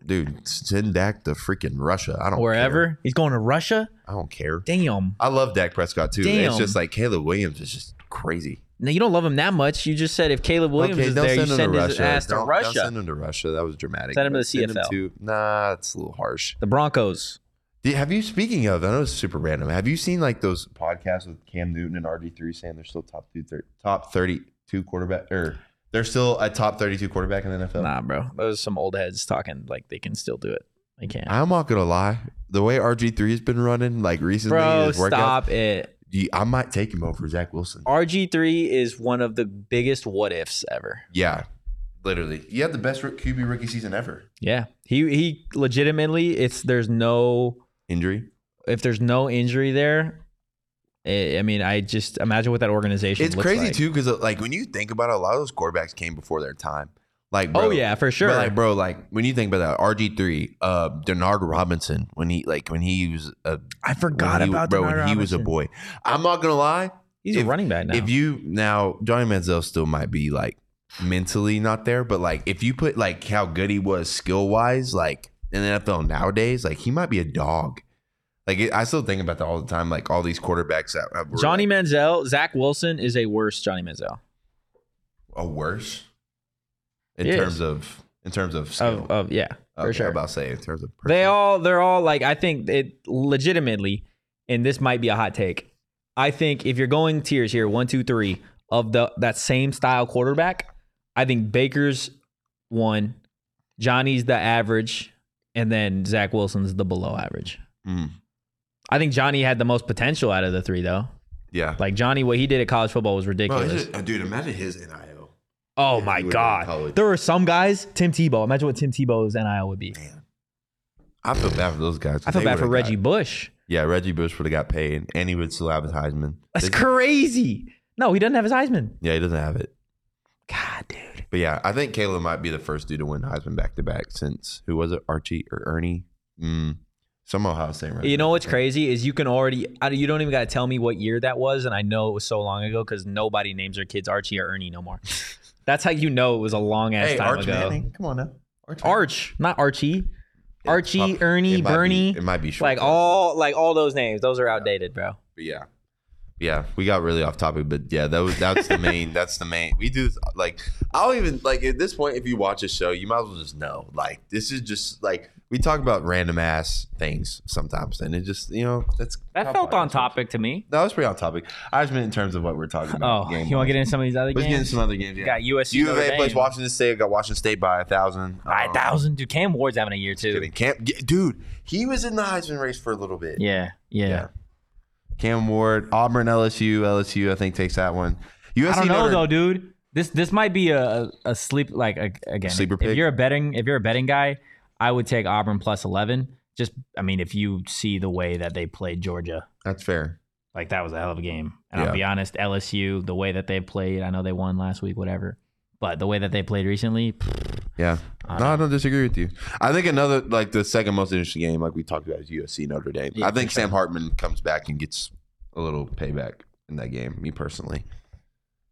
S1: dude, send Dak to freaking Russia. I don't
S3: Wherever
S1: care.
S3: he's going to Russia.
S1: I don't care.
S3: Damn.
S1: I love Dak Prescott too.
S3: Damn.
S1: It's just like Caleb Williams is just crazy.
S3: Now you don't love him that much. You just said if Caleb Williams is there, you send his ass to
S1: Don't- don't
S3: Russia.
S1: send him to Russia. That was dramatic.
S3: Send him
S1: but
S3: to the CFL.
S1: to- nah, it's a little harsh.
S3: the Broncos.
S1: Do- Have you speaking of? I know it's super random. Have you seen like those podcasts with Cam Newton and RG three saying they're still top two, thir- top thirty two quarterback, or they're still a top thirty two quarterback in the NFL?
S3: Nah, bro. Those are some old heads talking like they can still do it. They can't.
S1: I'm not gonna lie. The way RG three has been running like recently,
S3: Bro,
S1: his workouts,
S3: stop it.
S1: you- I might take him over Zach Wilson.
S3: RG3 is one of the biggest what ifs ever.
S1: Yeah, literally. You had the best rook- QB rookie season ever.
S3: Yeah. He he legitimately it's there's no
S1: Injury.
S3: if there's no injury there, eh, I mean, I just imagine what that organization
S1: It's
S3: looks
S1: crazy
S3: like.
S1: too, because like when you think about it, a lot of those quarterbacks came before their time. Like, bro,
S3: Oh yeah, for sure.
S1: But like, bro, like when you think about that, RG three, uh, Denard Robinson, when he like when he was a
S3: I
S1: when he, bro, when he was a boy. I'm not gonna lie.
S3: He's
S1: if-
S3: a running back now.
S1: If you now Johnny Manziel still might be like mentally not there, but like if you put like how good he was skill wise, like in the NFL nowadays, like he might be a dog. Like it, I still think about that all the time. Like all these quarterbacks that that were
S3: Johnny Manziel, Zach Wilson is a worse Johnny Manziel
S1: like, a worse in
S3: He is.
S1: terms of in terms of skill.
S3: of, of yeah, for
S1: Okay,
S3: sure.
S1: I'm about to say in terms of
S3: They
S1: person.
S3: all they're all like I think it legitimately, and this might be a hot take. I think if you're going tiers here, one, two, three of the that same style quarterback, I think Baker's one, Johnny's the average, and then Zach Wilson's the below average.
S1: Mm,
S3: I think Johnny had the most potential out of the three though.
S1: yeah.
S3: Like Johnny, what he did at college football was
S1: Bro,
S3: ridiculous.
S1: he's a- dude, imagine his NIL.
S3: oh
S1: Yeah, he would've
S3: my
S1: been in
S3: god.
S1: college.
S3: There were some guys, Tim Tebow. Imagine what Tim Tebow's NIL would be.
S1: I feel bad for those guys.
S3: I feel
S1: They
S3: bad for
S1: would've
S3: Reggie
S1: Got,
S3: Bush.
S1: yeah, Reggie Bush would have got paid, and he would still have his Heisman.
S3: That's
S1: This-
S3: crazy. No, he doesn't have his Heisman.
S1: Yeah, he doesn't have it.
S3: God, dude.
S1: But yeah, I think Caleb might be the first dude to win Heisman back to back since who was it, Archie or Ernie? Mm, some Ohio State. running
S3: You know
S1: back.
S3: what's crazy is you can already I, you don't even got to tell me what year that was, and I know it was so long ago because nobody names their kids Archie or Ernie no more. That's how you know it was a long ass
S1: Hey,
S3: time
S1: Arch
S3: ago.
S1: Manning, come on now.
S3: Arch, not Archie.
S1: Yeah,
S3: Archie,
S1: prob-
S3: Ernie,
S1: it might be-
S3: Bernie,
S1: it might be short
S3: Like
S1: term,
S3: all like all those names, those are outdated, bro.
S1: But yeah, yeah, we got really off topic, but yeah, that was that's the main. That's the main. We do this, like I don't even like at this point. If you watch a show, you might as well just know. Like this is just like we talk about random ass things sometimes, and it just you know that's
S3: That
S1: how
S3: felt on
S1: podcasts work.
S3: topic to me.
S1: No, that's pretty on topic. I just meant in terms of what we're talking about.
S3: Oh, you want to get into some of these other
S1: Let's get into
S3: games?
S1: some other games.
S3: You
S1: Yeah.
S3: got USC.
S1: U of
S3: Notre
S1: A plays
S3: Dame.
S1: Washington State. Got Washington State by a thousand. Um,
S3: By a thousand, dude. Cam Ward's having a year too.
S1: Camp, dude, he was in the Heisman race for a little bit.
S3: Yeah, yeah.
S1: Yeah. Cam Ward, Auburn, LSU, LSU. I think takes that one. USC
S5: I don't know
S1: Notre-
S5: though, dude. This this might be a, a- a sleep like a, again.
S1: Sleeper
S5: If
S1: pick?
S5: you're a betting if you're a betting guy, I would take Auburn plus eleven. Just I mean, if you see the way that they played Georgia,
S1: That's fair.
S5: like that was a hell of a game. And
S1: Yeah.
S5: I'll be honest, LSU, the way that they played, I know they won last week, whatever. But the way that they played recently,
S1: Yeah. no, I don't disagree with you. I think another like the second most interesting game, like we talked about, is USC Notre Dame. I think Sam Hartman comes back and gets a little payback in that game. Me personally.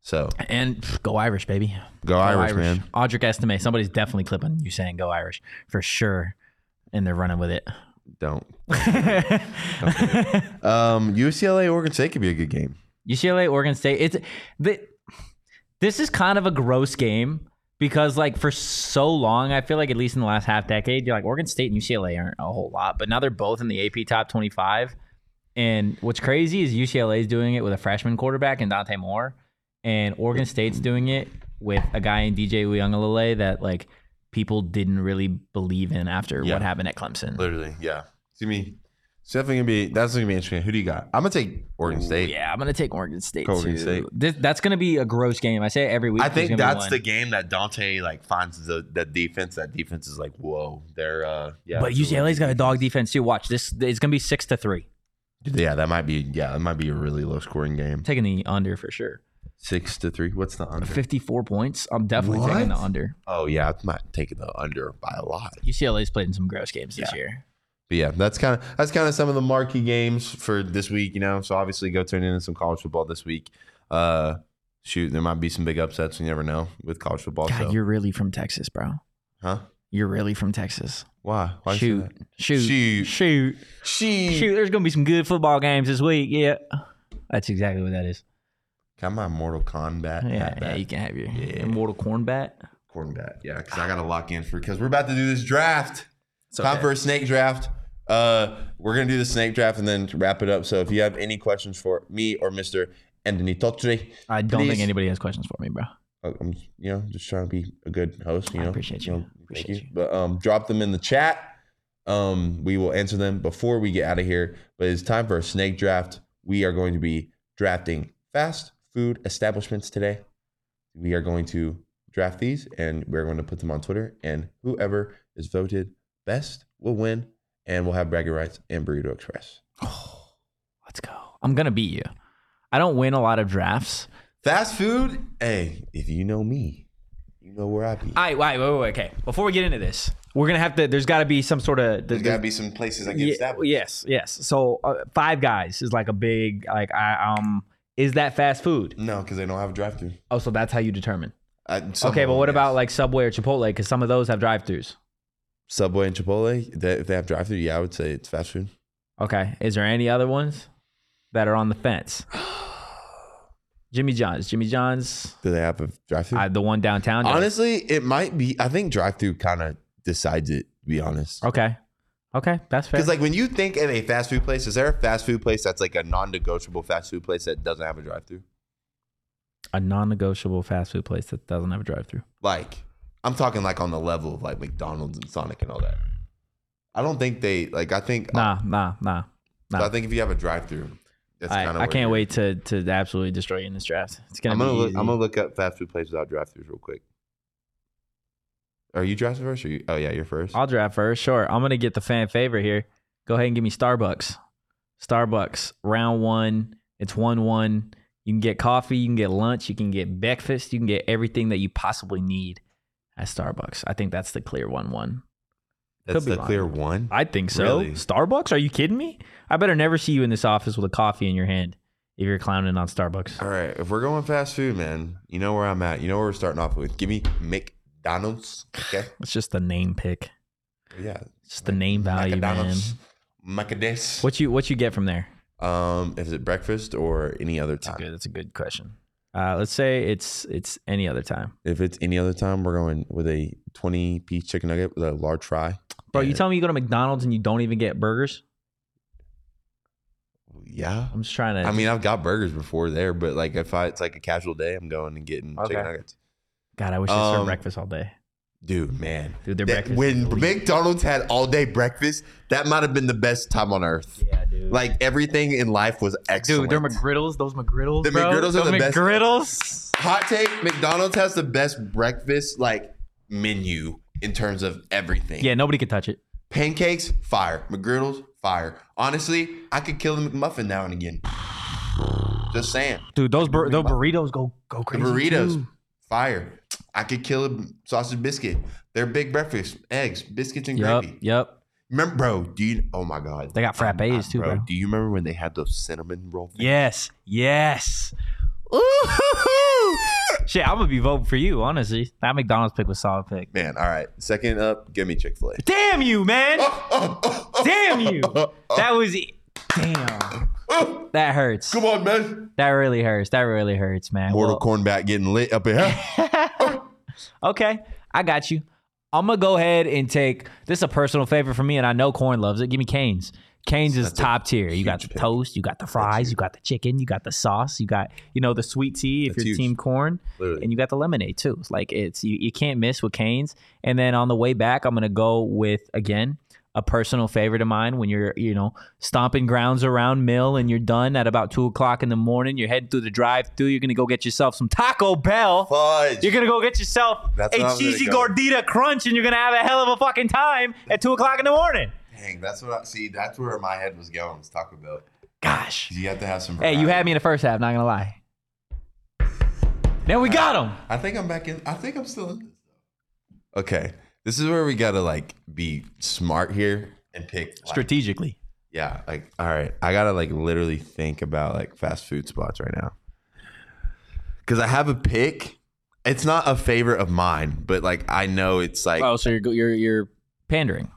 S1: So
S5: and pff, go Irish, baby.
S1: go
S5: Go
S1: Irish, man.
S5: Audric Estime. Somebody's definitely clipping you saying go Irish for sure. And they're running with it.
S1: Don't. Um, UCLA Oregon State could be a good game.
S5: UCLA, Oregon State. It's the, this is kind of a gross game because like for so long, I feel like at least in the last half decade, you're like Oregon State and UCLA aren't a whole lot, but now they're both in the AP top 25. And what's crazy is UCLA is doing it with a freshman quarterback and Dante Moore, and Oregon State's doing it with a guy in DJ Uyangalele that like people didn't really believe in after
S1: Yeah.
S5: what happened at Clemson.
S1: Literally, yeah. See me. It's definitely gonna be that's gonna be interesting. Who do you got? I'm gonna take Oregon State.
S5: Yeah, I'm gonna take Oregon State.
S1: Go Oregon
S5: too.
S1: State.
S5: This, that's gonna be a gross game. I say it every week.
S1: I
S5: There's
S1: think
S5: gonna be
S1: that's
S5: one.
S1: the game that Dante like finds the the defense. That defense is like, whoa, they're uh yeah.
S5: But UCLA's got a dog defense too. Watch this. It's gonna be six to three.
S1: Yeah, that might be yeah, that might be a really low scoring game.
S5: I'm taking the under for sure.
S1: Six to three. What's the under?
S5: Fifty-four points. I'm definitely taking the
S1: What?
S5: under.
S1: Oh yeah, I might take the under by a lot.
S5: UCLA's played in some gross games this year.
S1: But yeah, that's kind of that's kind of some of the marquee games for this week, you know. So obviously, go turn in some college football this week. Uh, shoot, there might be some big upsets. You never know with college football.
S5: God,
S1: so.
S5: you're really from Texas, bro.
S1: Huh?
S3: You're really from Texas.
S1: Why? Why you say
S3: Shoot.
S1: that?
S3: Shoot.
S1: Shoot.
S3: Shoot.
S1: She.
S3: Shoot. There's going to be some good football games this week. Yeah. That's exactly what that is.
S1: Got my Mortal Kombat.
S3: Yeah.
S1: hat
S3: yeah
S1: back.
S3: you can have your immortal corn bat.
S1: Corn bat. Yeah, because I got to lock in for because we're about to do this draft. Time for a snake draft. Uh, we're gonna do the snake draft and then wrap it up. So if you have any questions for me or Mister Anthony Totri,
S3: I don't
S1: Please.
S3: think anybody has questions for me, bro.
S1: uh, I'm you know just trying to be a good host. You
S3: I
S1: know,
S3: appreciate you. Appreciate
S1: thank
S3: you.
S1: But um, drop them in the chat. Um, we will answer them before we get out of here. But it's time for a snake draft. We are going to be drafting fast food establishments today. We are going to draft these and we're going to put them on Twitter. And whoever is voted best will win. And we'll have bragging rights and burrito express.
S3: Let's go. I'm going to beat you. I don't win a lot of drafts.
S1: Fast food. Hey, if you know me, you know where I be.
S3: All right. Wait, wait, wait. Okay. Before we get into this, we're going to have to, there's got to be some sort of,
S1: There's gotta be some places I get
S3: Ye-
S1: established.
S3: yes, yes. So uh, Five Guys is like a big like I um is that fast food?
S1: No, because they don't have a drive through.
S3: Oh, so that's how you determine.
S1: I- some
S3: Okay,
S1: of
S3: but
S1: them,
S3: what
S1: yes.
S3: about like Subway or Chipotle? Because some of those have drive-throughs.
S1: Subway and Chipotle? They, if they have drive through, yeah, I would say it's fast food.
S3: Okay, is there any other ones that are on the fence? Jimmy John's, Jimmy John's,
S1: Do they have a drive through?
S3: uh, the one downtown. does.
S1: Honestly, it might be. I think drive through kind of decides it. To be honest,
S3: Okay, okay, that's fair.
S1: because like when you think of a fast food place, is there a fast food place that's like a non-negotiable fast food place that doesn't have a drive through?
S3: a non-negotiable fast food place that doesn't have a drive-through.
S1: Like I'm talking like on the level of like McDonald's and Sonic and all that. I don't think they like. I think
S3: Nah, nah, nah.
S1: so I think if you have a drive through, that's
S3: I,
S1: kind of.
S3: I can't wait to to absolutely destroy you in this draft. It's gonna
S1: I'm
S3: be.
S1: gonna look,
S3: easy.
S1: I'm gonna look up fast food places without drive throughs real quick. Are you drafted first? Or you, oh yeah, you're first.
S3: I'll draft first. Sure. I'm going to get the fan favorite here. Go ahead and give me Starbucks. Starbucks, round one. It's 1 1. You can get coffee, you can get lunch, you can get breakfast, you can get everything that you possibly need at Starbucks. I think that's the clear 1 1.
S1: That's
S3: be
S1: the
S3: wrong.
S1: clear one.
S3: I think so.
S1: Really?
S3: Starbucks? Are you kidding me? I better never see you in this office with a coffee in your hand if you're clowning on Starbucks.
S1: All right, if we're going fast food, man, you know where I'm at. You know where we're starting off with. Give me McDonald's. Okay.
S3: It's just the name pick.
S1: Yeah.
S3: It's just the name value, man.
S1: McDonald's. McDonald's.
S3: What you what you get from there?
S1: Um, is it breakfast or any other
S3: That's a
S1: time?
S3: good. That's a good question. Uh, let's say it's it's any other time.
S1: If it's any other time, we're going with a 20 piece chicken nugget with a large fry.
S3: Bro, you
S1: And-
S3: tell me you go to McDonald's and you don't even get burgers?
S1: Yeah.
S3: I'm just trying to.
S1: I mean, I've got burgers before there, but like if I it's like a casual day, I'm going and getting
S3: Okay.
S1: chicken nuggets.
S3: God, I wish I served
S1: um,
S3: breakfast all day.
S1: Dude, man.
S3: Dude, their
S1: That-
S3: breakfast is
S1: when
S3: elite.
S1: McDonald's had all day breakfast, that might have been the best time on earth.
S3: Yeah, dude.
S1: Like everything in life was excellent.
S3: dude, they're McGriddles. Those McGriddles.
S1: The
S3: bro,
S1: McGriddles are the best.
S3: McGriddles.
S1: Hot take: McDonald's has the best breakfast like menu in terms of everything.
S3: Yeah, nobody could touch it.
S1: pancakes, fire. McGriddles, fire. Honestly, I could kill the McMuffin now and again. Just saying.
S3: Dude, those bur- those burritos go go
S1: The
S3: crazy.
S1: burritos,
S3: too.
S1: fire. I could kill a sausage biscuit. They're big breakfast, eggs, biscuits, and
S3: Yep,
S1: gravy.
S3: yep.
S1: Remember, bro? Do you? Oh my god,
S3: They got frappes too, bro.
S1: Do you remember when they had those cinnamon roll? things?
S3: Yes, yes. Ooh, shit, I'm gonna be voting for you. Honestly, that McDonald's pick was solid pick.
S1: Man, all right. Second up, give me Oh, Chick Fil A.
S3: Damn you, man. Damn you. That was. e- Damn. That hurts.
S1: Come on, man.
S3: That really hurts. That really hurts, man.
S1: Mortal
S3: Well,
S1: Cornback getting lit up in here.
S3: Okay, I got you. I'm gonna go ahead and take this is a personal favorite for me, and I know Corn loves it. Give me Canes. Canes is top tier. You got the
S1: huge pick.
S3: toast, you got the fries, you got the chicken, you got the sauce, you got you know the sweet tea if
S1: That's
S3: you're
S1: huge.
S3: team corn,
S1: Literally.
S3: and you got the lemonade too. It's like it's you, you can't miss with Canes. And then on the way back, I'm gonna go with again a personal favorite of mine. When you're you know stomping grounds around Mill and you're done at about two o'clock in the morning, you're heading through the drive-through. You're gonna go get yourself some Taco Bell.
S1: Fudge.
S3: You're gonna go get yourself
S1: That's where
S3: a
S1: I'm
S3: cheesy
S1: gonna go.
S3: gordita crunch, and you're gonna have a hell of a fucking time at two o'clock in the morning.
S1: Dang, that's what I see. That's where my head was going. Was Taco Bell.
S3: Gosh.
S1: You have to have some.
S3: Hey, you
S1: variety.
S3: had me in the first half. Not gonna lie. Then we got him.
S1: I think I'm back in. I think I'm still in. this, though. Okay, this is where we gotta like be smart here and pick. Like,
S3: Strategically,
S1: yeah, like all right, I gotta like literally think about like fast food spots right now because I have a pick it's not a favorite of mine, but like I know it's like
S3: Oh, so you're go- you're you're pandering.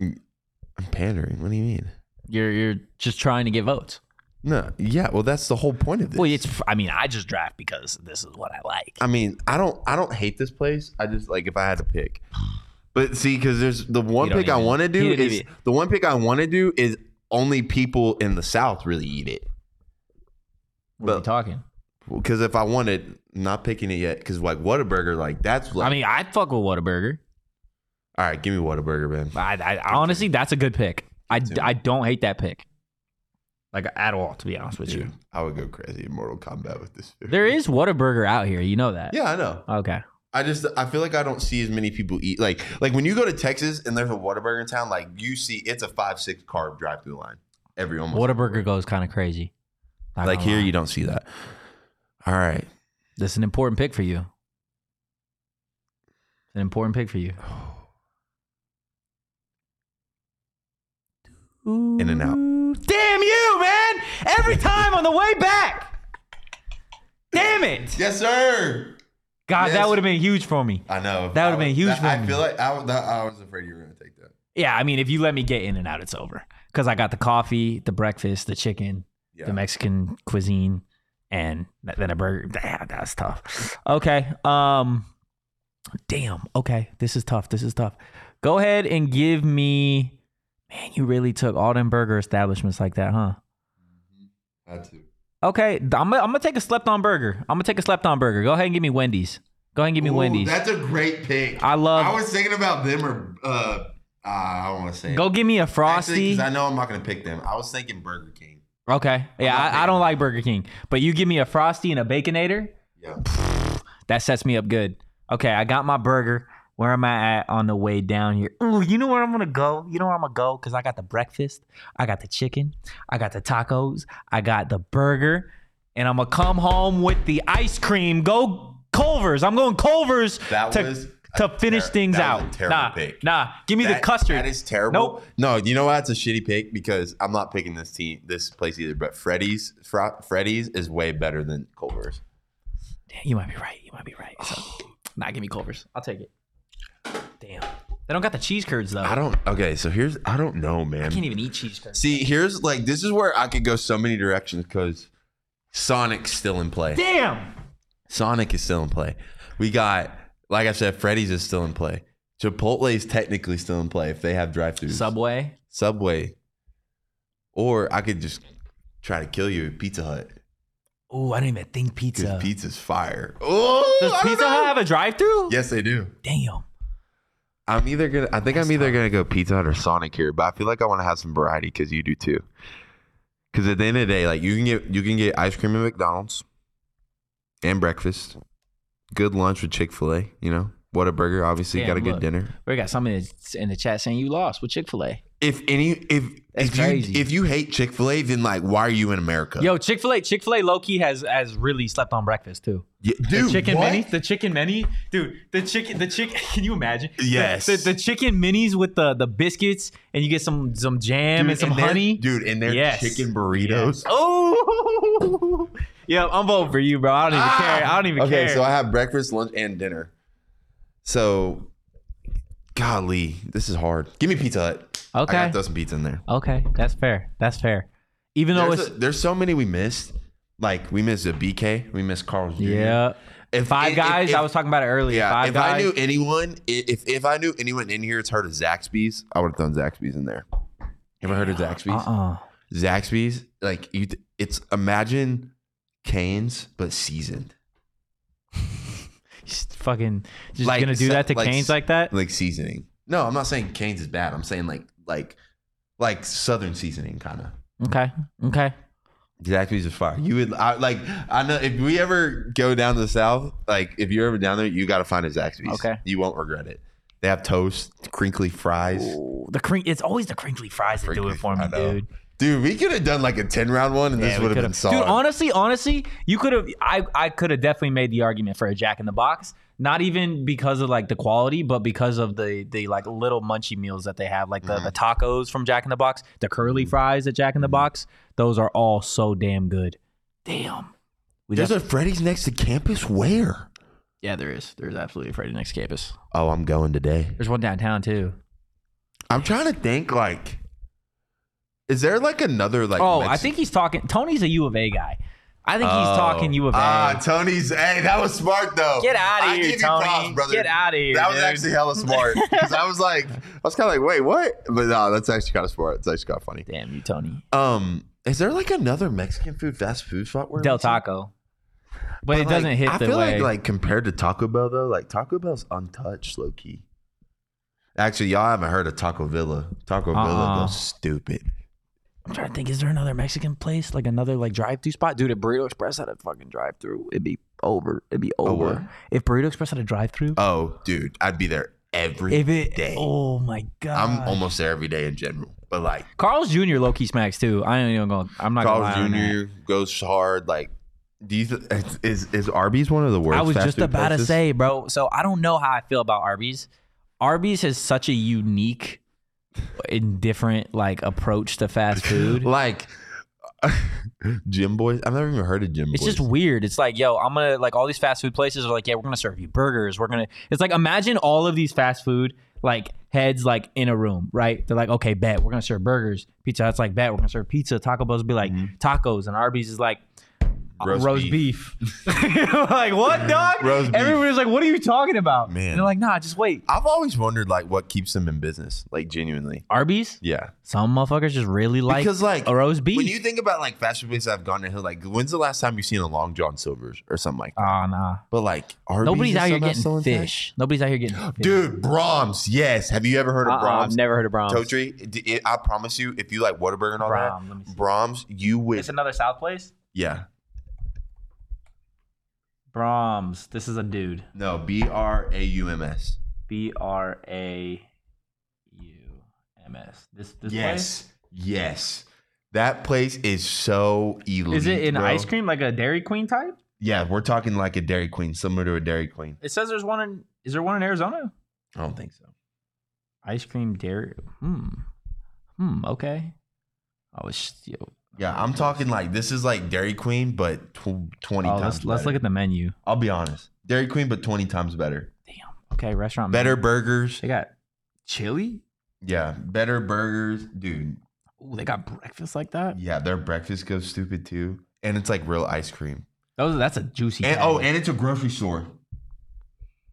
S1: I'm pandering. What do you mean?
S3: You're you're just trying to get votes.
S1: No, yeah. Well, that's the whole point of this. Uh,
S3: Well, it's. I mean, I just draft because this is what I like.
S1: I mean, I don't I don't hate this place. I just like if I had to pick. But see, because there's the one
S3: You don't
S1: pick I
S3: even-
S1: want to
S3: you
S1: do
S3: don't
S1: is
S3: even-
S1: the one pick I want to do is only people in the South really eat it.
S3: What are you
S1: But-
S3: talking?
S1: Because if I wanted, not picking it yet. Because like Whataburger, like that's like,
S3: I mean, I'd fuck with Whataburger.
S1: all right, give me Whataburger, man.
S3: I, I honestly, that's a good pick. I, I don't hate that pick, like at all. To be honest with you,
S1: Dude, I would go crazy in Mortal Kombat with this. Food.
S3: there is Whataburger out here. You know that?
S1: yeah, I know.
S3: Okay.
S1: I just I feel like I don't see as many people eat like like when you go to Texas and there's a Whataburger in town, like you see it's a five six carb drive through line every almost.
S3: Whataburger goes kind of crazy. Not
S1: like
S3: gonna
S1: here
S3: lie.
S1: you don't see that. All right.
S3: This is an important pick for you. An important pick for you.
S1: In and out.
S3: Damn you, man! Every time on the way back. Damn it!
S1: Yes, sir.
S3: God,
S1: Yes.
S3: that would have been huge for me.
S1: I know.
S3: That would've
S1: I-
S3: been huge
S1: that- I
S3: for me.
S1: feel like I, was- that- I was afraid you were going to take that.
S3: Yeah, I mean, if you let me get in and out, it's over. Because I got the coffee, the breakfast, the chicken,
S1: Yeah.
S3: the Mexican cuisine, and th- then a burger. Yeah, that's tough. Okay. Um. Damn. Okay. This is tough. This is tough. Go ahead and give me. Man, you really took all them burger establishments like that, huh?
S1: Had to.
S3: Okay, I'm gonna, I'm gonna take a slept on burger. I'm gonna take a slept on burger. Go ahead and give me Wendy's. Go ahead and give me
S1: Ooh,
S3: Wendy's.
S1: That's a great pick.
S3: I love-
S1: I was thinking about them or uh, uh I don't want to say. it.
S3: Go give me a
S1: Actually,
S3: frosty.
S1: 'cause I know I'm not going to pick them. I was thinking Burger King.
S3: Okay. Yeah,
S1: not
S3: I, I
S1: big
S3: don't
S1: on
S3: like Burger King, but you give me a Frosty and a Baconator,
S1: Yeah.
S3: that sets me up good. Okay, I got my burger. Where am I at on the way down here? Ooh, you know where I'm gonna go? You know where I'm gonna go? Cause I got the breakfast, I got the chicken, I got the tacos, I got the burger, and I'm gonna come home with the ice cream. Go Culver's. I'm going Culver's
S1: That
S3: to,
S1: was
S3: to finish
S1: ter-
S3: things
S1: that was
S3: out.
S1: a terrible
S3: nah,
S1: pick.
S3: nah, give me the
S1: That-
S3: custard.
S1: That is terrible.
S3: Nope.
S1: No, you know why it's a shitty pick because I'm not picking this team, this place either. But Freddy's, Fro- Freddy's is way better than Culver's.
S3: Damn, you might be right. You might be right. So, nah, give me Culver's. I'll take it. Damn. They don't got the cheese curds though.
S1: I don't. Okay, so here's I don't know, man.
S3: I can't e- even eat cheese curds.
S1: See, here's like this is where I could go so many directions because Sonic's still in play.
S3: Damn.
S1: Sonic is still in play. We got, like I said, Freddy's is still in play. Chipotle is technically still in play if they have drive-throughs.
S3: Subway.
S1: Subway, or I could just try to kill you at Pizza Hut
S3: Ooh, I didn't even think
S1: because
S3: pizza.
S1: pizza's fire. Oh,
S3: Does
S1: I don't
S3: Pizza
S1: know.
S3: Hut have a drive-through?
S1: Yes, they do.
S3: Damn.
S1: I'm either gonna. I think I'm either gonna go Pizza Hut or Sonic here, but I feel like I want to have some variety because you do too. Because at the end of the day, like you can get you can get ice cream at McDonald's and breakfast, good lunch with Chick Fil A. You know, what a burger. Obviously,
S3: Damn,
S1: got a good
S3: look.
S1: dinner.
S3: We got somebody that's in the chat saying you lost with Chick-fil-A.
S1: If any, if
S3: That's
S1: if you
S3: crazy.
S1: if you hate Chick Fil A, then like why are you in America?
S3: Yo, Chick-fil-A, Chick-fil-A low-key has has really slept on breakfast too.
S1: Yeah, dude,
S3: chicken
S1: what?
S3: minis, the chicken mini, dude, the chicken, the chicken. Can you imagine? The-
S1: Yes.
S3: the, the, chicken minis with the the biscuits, and you get some some jam
S1: Dude,
S3: and some
S1: and their-
S3: honey,
S1: dude, and their
S3: Yes.
S1: chicken burritos.
S3: Oh, yeah, I'm voting for you, bro. I don't even care. I don't even
S1: Ah! okay,
S3: care.
S1: so I have breakfast, lunch, and dinner. So, golly, this is hard. Give me Pizza Hut.
S3: Okay.
S1: I gotta throw some pizza in there.
S3: okay, that's fair. That's fair. Even though
S1: There's,
S3: it's
S1: a- there's so many we missed. Like we missed a BK, we missed Carl's Jr.
S3: yeah,
S1: if
S3: Five
S1: if-
S3: Guys.
S1: if-
S3: I was talking about it earlier.
S1: Yeah,
S3: Five
S1: if
S3: Guys.
S1: I knew anyone, i- if if I knew anyone in here, it's heard of Zaxby's. I would have thrown Zaxby's in there. Ever heard of Zaxby's?
S3: uh-uh.
S1: Zaxby's, like you, th- it's imagine Canes but seasoned,
S3: Just fucking just
S1: Like,
S3: gonna do
S1: so-
S3: that to
S1: like,
S3: Canes like that.
S1: like seasoning. No, I'm not saying Canes is bad. I'm saying like like like Southern seasoning kind of.
S3: Okay, okay.
S1: Zaxby's is fire. You would I, like I know if we ever go down to the south, like if you're ever down there, you got to find a Zaxby's.
S3: Okay.
S1: you won't regret it. They have toast, crinkly fries.
S3: Ooh, the crink. It's always the crinkly fries that do
S1: Crinkly-
S3: it for me,
S1: I know.
S3: dude.
S1: Dude, we could have done like a ten round one, and this
S3: Yeah, we
S1: would have
S3: could've-
S1: been solid.
S3: Dude, honestly, honestly, you could have. I I could have definitely made the argument for a Jack in the Box. Not even because of like the quality, but because of the the like little munchy meals that they have, like the, the
S1: Mm-hmm.
S3: tacos from Jack in the Box, the curly fries at Jack in the Box. Those are all so damn good. Damn. We
S1: There's
S3: def-
S1: a Freddy's next to campus. Where?
S3: Yeah, there is. There's absolutely a Freddy Next Campus.
S1: Oh, I'm going today.
S3: There's one downtown too.
S1: I'm trying to think. Like, is there like another like?
S3: oh, I
S1: Mexican-
S3: think he's talking. Tony's a U of A guy. I think
S1: Oh.
S3: he's talking U of A.
S1: Ah, Tony's. Hey, that was smart though.
S3: Get out of
S1: I
S3: here,
S1: give you
S3: Tony.
S1: props, brother.
S3: Get out of here.
S1: That
S3: dude.
S1: was actually hella smart.
S6: 'Cause I was like, I was kind of like, wait, what? But no, that's actually kind of smart. It's actually kind of funny.
S3: Damn you, Tony.
S1: Um, is there like another Mexican food fast food spot where
S3: Del Taco. But, it
S1: Like,
S3: doesn't hit
S1: I
S3: the
S1: feel
S3: way.
S1: like like compared to Taco Bell though, like Taco Bell's untouched, low key. Actually, y'all haven't heard of Taco Villa. Taco Villa
S3: Uh-uh.
S1: goes stupid.
S3: I'm trying to think. Is there another Mexican place? Like another like drive-through spot? Dude, if Burrito Express had a fucking drive-through, it'd be over. It'd be over.
S1: Oh, what?
S3: if Burrito Express had a drive-through,
S1: Oh, dude, I'd be there every
S3: if it.
S1: day.
S3: Oh my god.
S1: I'm almost there every day in general. But like
S3: Carl's Jr. low key smacks too. I ain't even going. I'm not
S1: Carl's
S3: gonna lie on
S1: Jr. goes hard. Like, do you th- is is Arby's one of the
S3: that.
S1: worst?
S3: I was
S1: fast
S3: just
S1: food
S3: about to
S1: places?
S3: say, bro. So I don't know how I feel about Arby's. Arby's has such a unique and different like approach to fast food.
S1: like Jim Boys. I've never even heard of Jim
S3: It's
S1: Boys.
S3: just weird. It's like, yo, I'm gonna like all these fast food places are like, yeah, we're gonna serve you burgers. We're gonna. It's like imagine all of these fast food like heads like in a room, right? They're like, okay, bet we're gonna serve burgers. Pizza Hut's like, bet we're gonna serve pizza. Taco Bell's be like tacos, and Arby's is like. uh,
S1: Mm-hmm. Roast
S3: Roast, beef. like, what, dog?
S1: Roast beef.
S3: Everybody's like, what are you talking about?
S1: Man.
S3: And they're like, nah, just wait.
S1: I've always wondered like what keeps them in business. Like genuinely.
S3: Arby's?
S1: Yeah.
S3: Some motherfuckers just really like,
S1: because like
S3: a roast beef.
S1: When you think about like fast food places I've gone to, like when's the last time you've seen a Long John Silver's or something like? that?
S3: oh, nah.
S1: But like Arby's
S3: Nobody's
S1: is
S3: out here
S1: somehow still
S3: getting
S1: intact?
S3: fish. Nobody's out here getting fish.
S1: Dude, Brahms. Yes. Have you ever heard
S3: Uh-uh,
S1: of Brahms?
S3: I've never heard of Brahms.
S1: Totri, d- it- I promise you, if you like Whataburger and all
S3: Brahms, let me see.
S1: that, Brahms, you would.
S3: It's another South place?
S1: yeah.
S3: Brahms. This is a dude.
S1: No, B R A U M S.
S3: B R A U M S. This this
S1: Yes. Yes. That place is so elite.
S3: place? Is it an
S1: bro.
S3: ice cream like a Dairy Queen type?
S1: Yeah, we're talking like a Dairy Queen, similar to a Dairy Queen.
S3: It says there's one in is there one in Arizona?
S1: I don't think so.
S3: Ice cream dairy. Hmm. Hmm, okay. I was yo.
S1: Yeah, I'm talking like this is like Dairy Queen, but tw- 20
S3: Oh,
S1: times.
S3: let's let's look at the menu.
S1: I'll be honest. Dairy Queen, but 20 times better.
S3: Damn. Okay, restaurant
S1: Better
S3: menu.
S1: burgers.
S3: They got chili?
S1: Yeah, better burgers, dude.
S3: Ooh, they got breakfast like that?
S1: Yeah, their breakfast goes stupid too, and it's like real ice cream.
S3: Those that's a juicy
S1: And
S3: patty.
S1: oh, and it's a grocery store.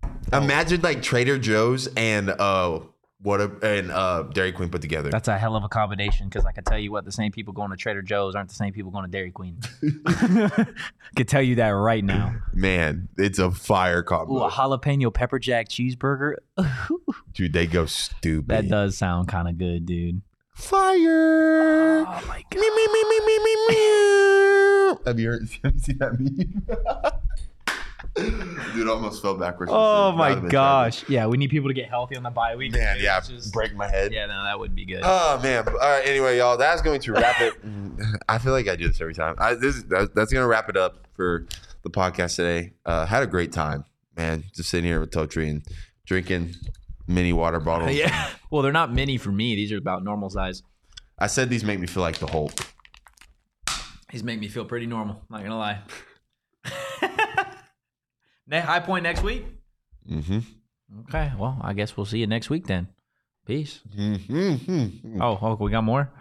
S1: Oh. Imagine like Trader Joe's and uh what a, and uh Dairy Queen put together.
S3: That's a hell of a combination because I can tell you what the same people going to Trader Joe's aren't the same people going to Dairy Queen. Could tell you that right now.
S1: Man, it's a fire
S3: Ooh,
S1: combo.
S3: a jalapeno pepper jack cheeseburger.
S1: Dude, they go stupid.
S3: that does sound kind of good, dude.
S1: Fire.
S3: Oh my
S1: Me, me, me, me, me, me, me. Have you heard? Have you seen that meme? Dude, I almost fell backwards.
S3: Oh
S1: That
S3: my
S1: would've been
S3: gosh. Yeah, we need people to get healthy on the bye week.
S1: terrible. Man,
S3: dude.
S1: yeah,
S3: It's just-
S1: break my head.
S3: Yeah, no, that would be good.
S1: Oh man! All right. Anyway, y'all, that's going to wrap it. I feel like I do this every time. I, this is- that- that's going to wrap it up for the podcast today. Uh, had a great time, man. Just sitting here with Totri and drinking mini water bottles.
S3: yeah. Well, they're not mini for me. These are about normal size.
S1: I said these make me feel like the Hulk.
S3: These make me feel pretty normal. Not gonna lie. Ne- High point next week.
S1: Mm-hmm.
S3: Okay. Well, I guess we'll see you next week then. Peace.
S1: Mm-hmm.
S3: Oh, oh, we got more.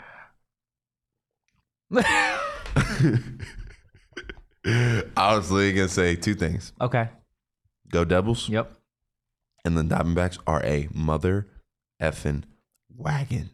S1: I was literally going to say two things:
S3: okay.
S1: go Devils,
S3: Yep.
S1: and then Diamondbacks are a mother effing wagon.